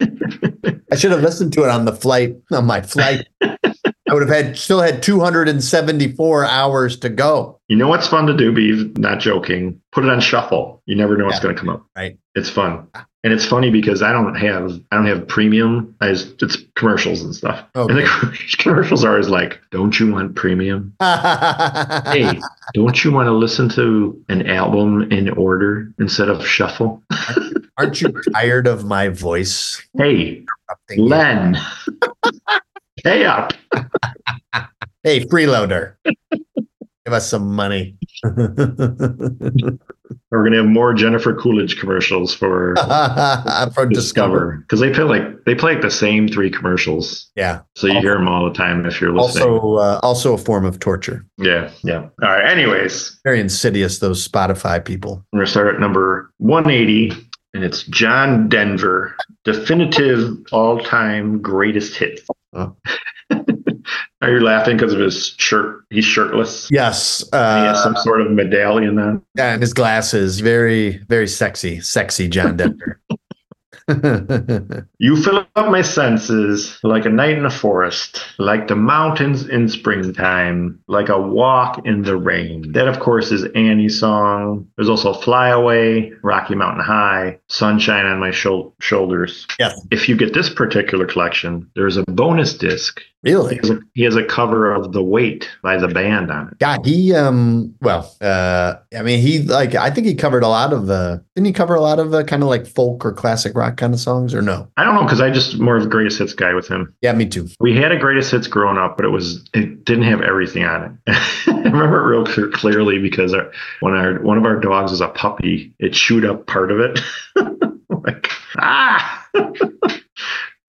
I should have listened to it on the flight, on my flight. I would have had still had 274 hours to go.
You know what's fun to do, Beav? Not joking. Put it on shuffle. You never know what's
Yeah.
going to come up.
Right. Ah.
It's fun. And it's funny because I don't have I don't have premium. I just, it's commercials and stuff. And
Okay.
the commercials are always like, "Don't you want premium? Hey, don't you want to listen to an album in order instead of shuffle?
Aren't you tired of my voice?
Hey,
interrupting you?
Len, pay up."
Hey, freeloader, give us some money.
We're gonna have more Jennifer Coolidge commercials for
For Discover.
Discover because they play like they play like the same three commercials,
Yeah.
so you hear them all the time if you're listening.
Also, uh, also a form of torture.
Yeah, yeah. All right. Anyways,
Very insidious, those Spotify people.
we're gonna start at number 180, and it's John Denver, definitive all-time greatest hit.
Oh.
Are you laughing because of his shirt? He's shirtless.
Yes.
he has
Uh,
some sort of medallion on.
And his glasses. Very, very sexy. Sexy John Denver.
You fill up my senses like a night in a forest, like the mountains in springtime, like a walk in the rain. That, of course, is Annie's song. There's also Fly Away, Rocky Mountain High, Sunshine on My Shou- Shoulders.
Yes.
If you get this particular collection, there's a bonus disc. He
really?
has a, he has a cover of The Weight by the band on it.
God, he um well uh I mean he like I think he covered a lot of the didn't he cover a lot of the kind of like folk or classic rock kind of songs or no?
I don't know because I just more of a greatest hits guy with him.
Yeah, me too.
We had a greatest hits growing up, but it was it didn't have everything on it. I remember it real clear, clearly because our, when our one of our dogs was a puppy, it chewed up part of it. like ah,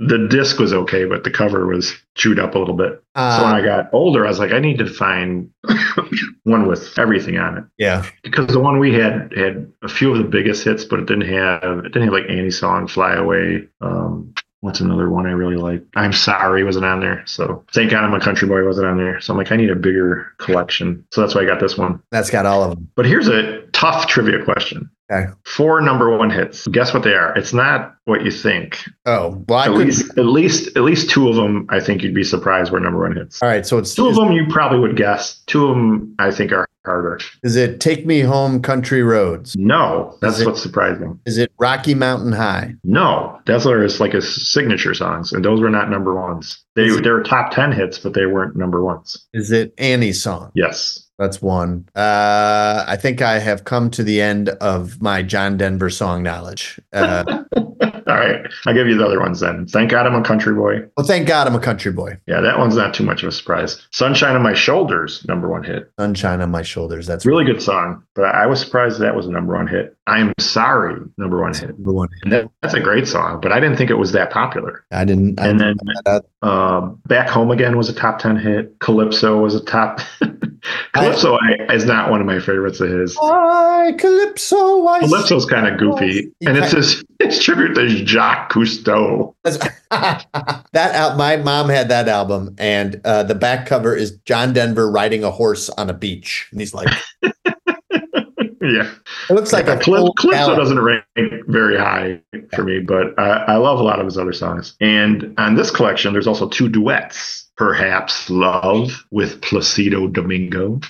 the disc was okay, but the cover was chewed up a little bit. so when
Uh,
I got older, I was like, I need to find one with everything on it
yeah.
because the one we had had a few of the biggest hits, but it didn't have it didn't have like Annie song, Fly Away. Um, what's another one I really like? I'm Sorry wasn't on there, so thank God I'm a country boy wasn't on there. So I'm like, I need a bigger collection, so that's why I got this one.
That's got all of them.
But here's a tough trivia question.
Okay.
Four number one hits. Guess what they are? It's not what you think.
Oh, well I
At
couldn't
least, at least, at least two of them. I think you'd be surprised were number one hits.
All right, so it's
Two of
is,
them you probably would guess. Two of them I think are harder.
is it Take Me Home Country Roads?
No, that's
it-
what's surprising.
Is it Rocky Mountain High?
No, those are his like his signature songs, and those were not number ones. They
Is-
they were top ten hits, but they weren't number ones.
Is it Annie's song?
Yes.
That's one. Uh, I think I have come to the end of my John Denver song knowledge. Uh,
All right, I'll give you the other ones then. Thank God I'm a country boy.
well, thank God I'm a country boy.
Yeah, that one's not too much of a surprise. Sunshine on My Shoulders, number one hit.
Sunshine on my shoulders. That's
It's a really good song, but I was surprised that was a number one hit. I'm sorry, number one hit.
number one.
And that, that's a great song, but I didn't think it was that popular.
I didn't. I
And
didn't
then-
find that out.
Uh, Back Home Again was a top 10 hit. Calypso was a top. Calypso I, is not one of my favorites of his.
I Calypso. oh, I
Calypso's kind of goofy, and it's his, his tribute to Jacques Cousteau.
that out. My mom had that album, and uh, the back cover is John Denver riding a horse on a beach, and he's like,
Yeah,
it looks like a
Calyp-
full
Calypso
ballad.
doesn't rank very high for me, but I, I love a lot of his other songs. And on this collection, there's also two duets. Perhaps Love with Placido Domingo.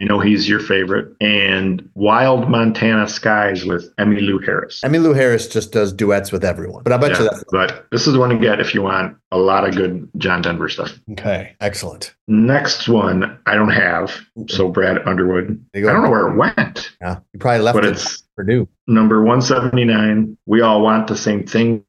You know he's your favorite, and Wild Montana Skies with Emmy Lou Harris.
Emmy Lou Harris just does duets with everyone, but I bet you
Yeah,
that's
but this is the one to get if you want a lot of good John Denver stuff.
okay. Excellent.
Next one I don't have. So Brad Underwood.
They
I
go-
don't know where it went,
Yeah, you probably left
but
it
it's
for Purdue.
number 179. We All Want the Same Things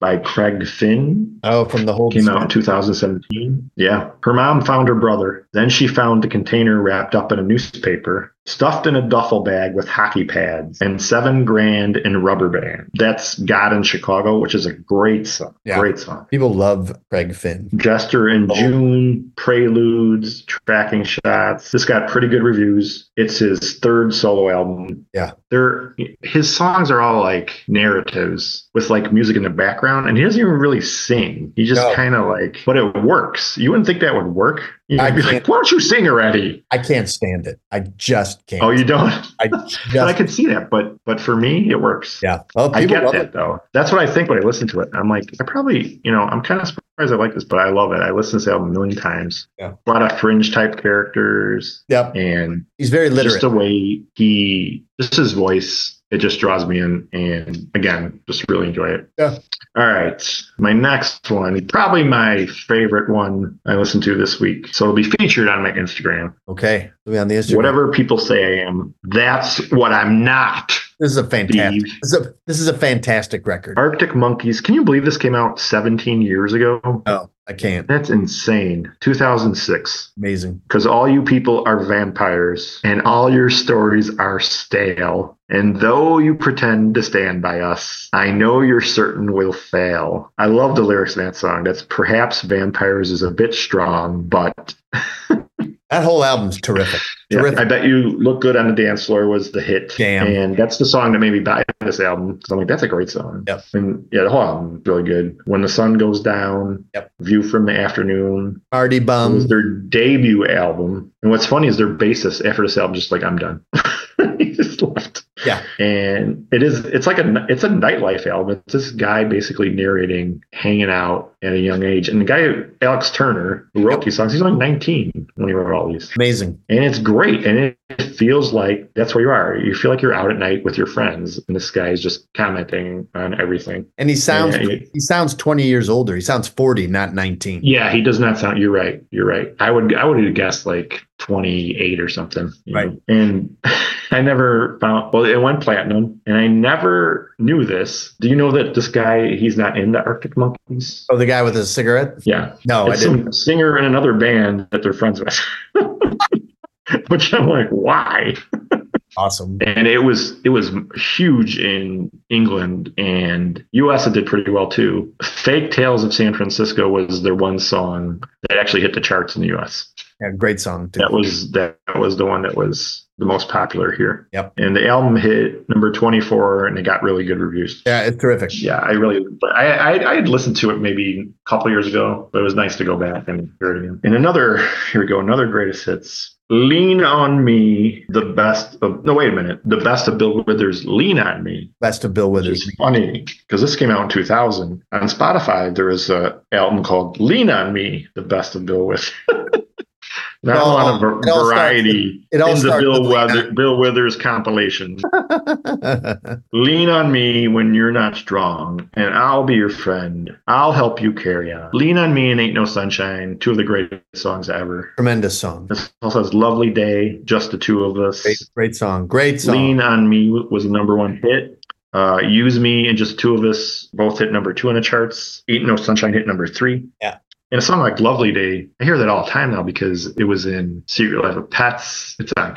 by Craig Finn.
Oh, from the whole
Came out in 2017. Yeah. Her mom found her brother. Then she found the container wrapped up in a newspaper. stuffed in a duffel bag with hockey pads and seven grand in rubber band. That's God in Chicago, which is a great song.
Yeah.
Great song.
People love Craig Finn.
Jester in
Oh.
June, Preludes, Tracking Shots. This got pretty good reviews. It's his third solo album.
Yeah.
They're, his songs are all like narratives with like music in the background, and he doesn't even really sing. He just
No.
kind of like, but it works. You wouldn't think that would work. You'd
I
be
can't-
like, why don't you sing already?
I can't stand it. I just can't.
Oh, you don't?
I
But I
just
could see that. But but for me, it works.
yeah. Well,
I
people
get
love
that
it.
though. That's what I think when I listen to it. I'm like, I probably, you know, I'm kind of surprised I like this, but I love it. I listen to this album a million times.
Yeah.
A lot of fringe type characters
Yep.
and
He's very literate.
just the way he, just his voice, it just draws me in. And again, just really enjoy it.
Yeah.
All right. My next one, probably my favorite one I listened to this week. So it'll be featured on my Instagram.
okay. Put me on the Instagram.
Whatever people say I am, that's what I'm not.
This is a fantastic.
Steve.
This is a, this is a fantastic record.
Arctic Monkeys. Can you believe this came out 17 years ago?
Oh, I can't.
That's insane. 2006.
Amazing.
Because all you people are vampires and all your stories are stale. And though you pretend to stand by us, I know you're certain we'll fail. I love the lyrics in that song. That's perhaps vampires is a bit strong, but
That whole album's terrific.
Yeah,
Terrific.
I bet you look good on the dance floor was the hit.
Damn.
And that's the song that made me buy this album because I'm like, that's a great song.
Yep.
And yeah, the whole album's really good. When the sun goes down.
Yep. Um,
View from the afternoon.
Party
It was
bum.
their debut album. And what's funny is their bassist after this album just like, I'm done. he just left.
Yeah.
And it is it's like a it's a nightlife album. It's this guy basically narrating hanging out at a young age. And the guy Alex Turner who wrote these songs, he's only 19 when he wrote all these
Amazing.
and it's great and it, it feels like that's where you are you feel like you're out at night with your friends and this guy is just commenting on everything
And he sounds
Yeah, yeah.
he sounds 20 years older. He sounds 40, not 19.
yeah he does not sound you're right you're right i would i would have guessed like 28 or something you
Right.
know? and i never found well it went platinum and i never knew this do you know that this guy he's not in the arctic monkeys
Oh, the guy with his cigarette?
yeah
No, Oh, I
it's
didn't.
some singer in another band that they're friends with which i'm like why
Awesome.
and it was it was huge in England and U.S. It did pretty well too. "Fake Tales of San Francisco" was their one song that actually hit the charts in the U.S.
Yeah, great song too.
That was that was the one that was the most popular here.
Yep.
And the album hit number twenty four, and it got really good reviews.
Yeah, it's terrific.
Yeah, I really, but I, I I had listened to it maybe a couple years ago, but it was nice to go back and hear it again. And another, here we go, another greatest hits. Lean on me, the best of no, wait a minute, the best of Bill Withers. Lean on me,
Best of Bill
which
Withers.
is funny because this came out in 2000 on Spotify. There was a album called Lean on Me, the best of Bill Withers. Not
It
a
all-
lot of var-
it all starts
variety
with- it all
in the
starts
Bill,
with Lean on
Wither- Bill Withers compilation.
That's
Lean on me when you're not strong, and I'll be your friend. I'll help you carry on. Lean on me and Ain't No Sunshine, two of the greatest songs ever.
tremendous song.
This also has Lovely Day, Just the Two of Us.
Great, great song. Great song.
Lean on Me was the number one hit. Uh, Use Me and Just the Two of Us both hit number two on the charts. Ain't No Sunshine hit number three.
Yeah.
And a song like Lovely Day, I hear that all the time now because it was in Secret Life of Pets. It's on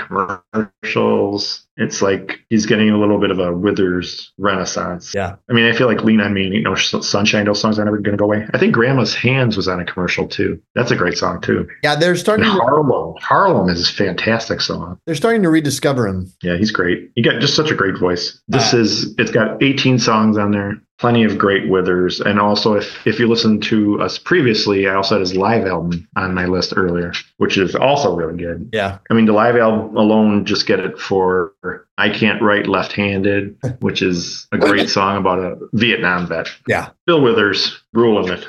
commercials. It's like he's getting a little bit of a Withers renaissance.
Yeah.
I mean, I feel like Lean on Me and Ain't No Sh- Sunshine, those songs are never going to go away. I think Grandma's Hands was on a commercial too. That's a great song too.
Yeah, they're
And
starting to,
Harlem. Harlem is a fantastic song.
they're starting to rediscover him.
Yeah, he's great. He got just such a great voice. This
Uh,
is it's got 18 songs on there, plenty of great withers, and also if if you listen to us previously, I also had his live album on my list earlier, which is also really good.
Yeah.
I mean, the live album alone, just get it for "I Can't Write Left-Handed," which is a great song about a Vietnam vet.
Yeah.
Bill Withers ruling it.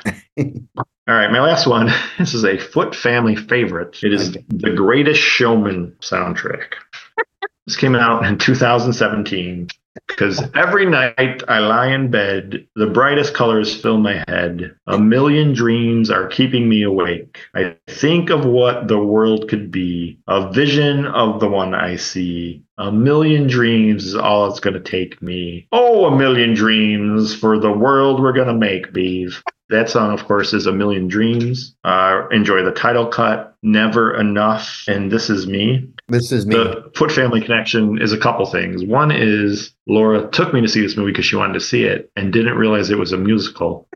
All right, my last one. This is a Foot family favorite. It is the Greatest Showman soundtrack. This came out in 2017 because every night I lie in bed, the brightest colors fill my head. A million dreams are keeping me awake. I think of what the world could be, a vision of the one I see. A million dreams is all it's going to take me. Oh, a million dreams for the world we're going to make, Beeve. That song, of course, is A Million Dreams. Uh, enjoy the title cut, Never Enough, and This Is Me.
This is me.
The Foot Family connection is a couple things. One is Laura took me to see this movie because she wanted to see it and didn't realize it was a musical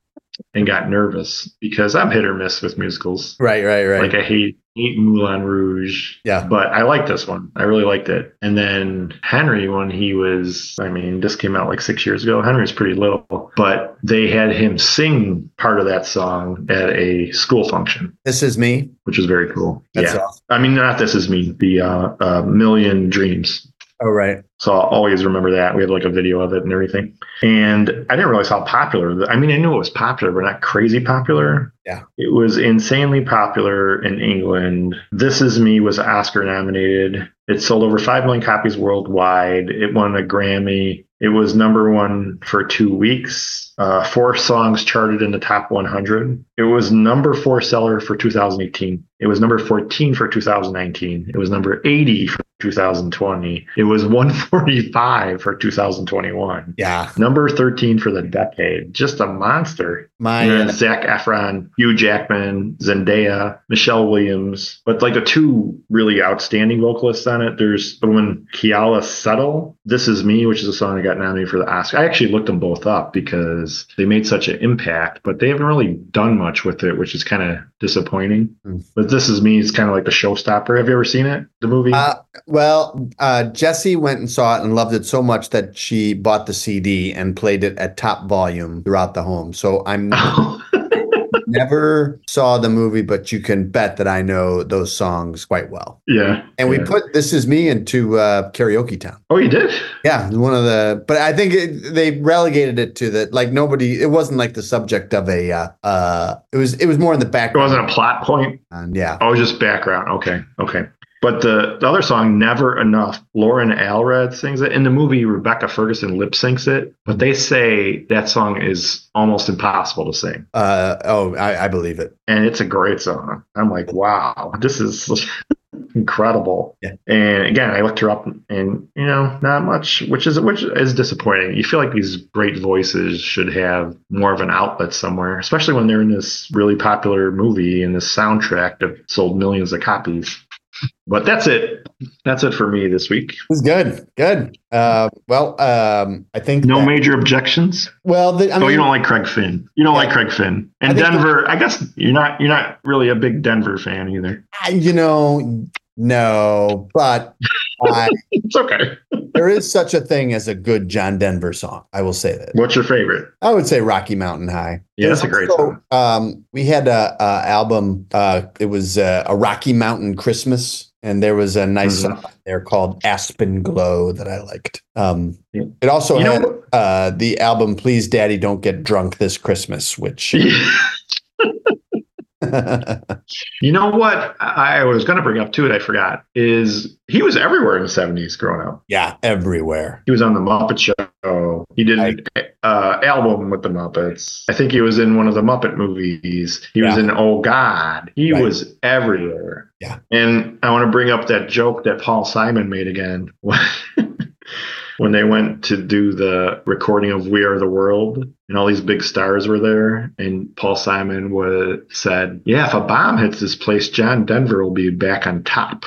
and got nervous because I'm hit or miss with musicals.
right, right, right.
Like I hate hate Moulin Rouge.
Yeah.
But I like this one. I really liked it. And then Henry, when he was, I mean, this came out like six years ago. Henry's pretty little, but they had him sing part of that song at a school function,
this is me.
which was very cool.
That's
yeah.
awesome.
I mean, not this is me, the uh, uh, Million Dreams.
All Oh, right.
So I'll always remember that. We have like a video of it and everything. And I didn't realize how popular. the- I mean, I knew it was popular, but not crazy popular.
Yeah.
It was insanely popular in England. This Is Me was Oscar nominated. It sold over 5 million copies worldwide. It won a Grammy. It was number one for two weeks. Uh, four songs charted in the top 100. It was number four seller for 2018. It was number 14 for 2019. It was number 80 for 2020. It was 145 for 2021.
Yeah.
Number 13 for the decade. Just a monster.
My
And Zach Efron, Hugh Jackman, Zendaya, Michelle Williams. But like the two really outstanding vocalists on it, there's the one Kiala Settle, This Is Me, which is a song that got nominated for the Oscar. I actually looked them both up because they made such an impact, but they haven't really done much with it, which is kind of disappointing.
Hmm.
But This Is Me is kind of like the showstopper. Have you ever seen it? The movie?
Uh, Well, uh, Jesse went and saw it and loved it so much that she bought the CD and played it at top volume throughout the home. So I'm never saw the movie, but you can bet that I know those songs quite well.
yeah.
And we
yeah.
put "This Is Me" into uh, Karaoke Town.
Oh, you did?
Yeah, one of the. But I think it, they relegated it to the like nobody. It wasn't like the subject of a. Uh, uh, it was. It was more in the
It
background.
wasn't a plot point.
And yeah.
Oh, it was just background. Okay. Okay. But the, the other song, Never Enough, Lauren Alred sings it. In the movie, Rebecca Ferguson lip syncs it, but they say that song is almost impossible to sing.
Uh, oh, I, I believe it.
And it's a great song. I'm like, wow, this is incredible.
Yeah.
And again, I looked her up and, you know, not much, which is which is disappointing. You feel like these great voices should have more of an outlet somewhere, especially when they're in this really popular movie and this soundtrack that sold millions of copies. But that's it. That's it for me this week.
It was good. Good. Uh, well, um, I think
No
that-
major objections.
Well, the, I mean,
oh, you don't like Craig Finn. You don't
Yeah.
like Craig Finn.
I
And
think-
Denver, I guess you're not you're not really a big Denver fan either.
I- you know, no, but I,
It's okay.
there is such a thing as a good John Denver song. I will say that.
What's your favorite?
I would say Rocky Mountain High.
Yeah, that's
There's
a great
also, Um, we had a, a album. Uh, it was uh, a Rocky Mountain Christmas, and there was a nice
Mhm.
song on there called Aspen Glow that I liked. Um,
Yeah.
It also
You
had
know-
uh, the album Please Daddy Don't Get Drunk This Christmas, which
you know what I I was going to bring up too, and I forgot, is he was everywhere in the 70s growing up.
yeah, everywhere.
He was on The Muppet Show. He did an uh, album with The Muppets. I think he was in one of the Muppet movies. He was
Yeah.
in Oh God. He
Right.
was everywhere.
Yeah.
And I want to bring up that joke that Paul Simon made again. when- When they went to do the recording of We Are the World, and all these big stars were there, and Paul Simon was, said, "Yeah, if a bomb hits this place, John Denver will be back on top,"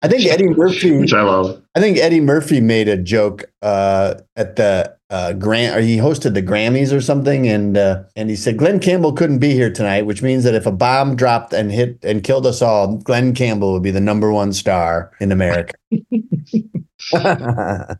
I think Eddie Murphy.
which I love.
I think Eddie Murphy made a joke uh, at the uh, Grant, or he hosted the Grammys or something, and uh, and he said Glenn Campbell couldn't be here tonight, which means that if a bomb dropped and hit and killed us all, Glenn Campbell would be the number one star in America. uh,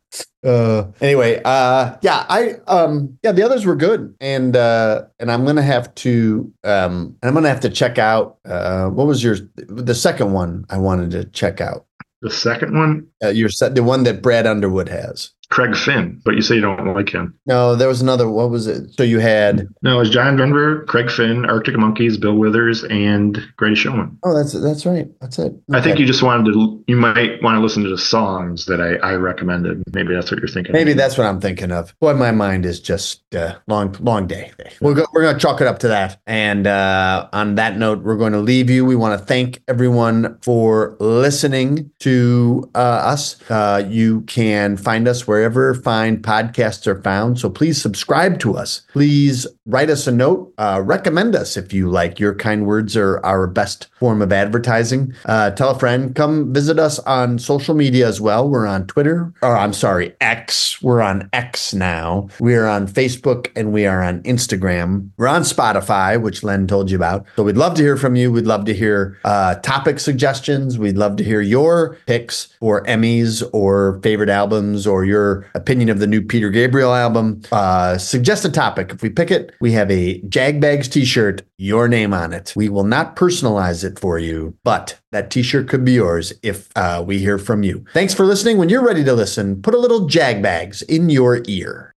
anyway, uh, yeah, I um, yeah, the others were good, and uh, and I'm gonna have to um, I'm gonna have to check out uh, what was your the second one I wanted to check out
The second one,
uh, your set, the one that Brad Underwood has.
Craig Finn, but you say you don't like him.
No, there was another. What was it? So you had.
No, it's John Denver, Craig Finn, Arctic Monkeys, Bill Withers, and Greatest Showman.
Oh, that's that's right. That's it.
I think
Okay.
you just wanted to, you might want to listen to the songs that I, I recommended. Maybe that's what you're thinking.
Maybe that's what I'm thinking of. Boy, my mind is just uh, long, long day. We're go- we're gonna chalk it up to that. And uh, on that note, we're going to leave you. We want to thank everyone for listening to uh, us. Uh, you can find us wherever. wherever fine podcasts are found. So please subscribe to us. Please write us a note. Uh, recommend us if you like. Your kind words are our best form of advertising. Uh, tell a friend. Come visit us on social media as well. We're on Twitter, or I'm sorry, X. We're on X now. We are on Facebook and we are on Instagram. We're on Spotify, which Len told you about. So we'd love to hear from you. We'd love to hear uh, topic suggestions. We'd love to hear your picks for Emmys or favorite albums or your opinion of the new Peter Gabriel album. Uh, suggest a topic. If we pick it, we have a Jagbags t shirt, your name on it. We will not personalize it for you, but that t shirt could be yours if uh, we hear from you. Thanks for listening. When you're ready to listen, put a little Jagbags in your ear.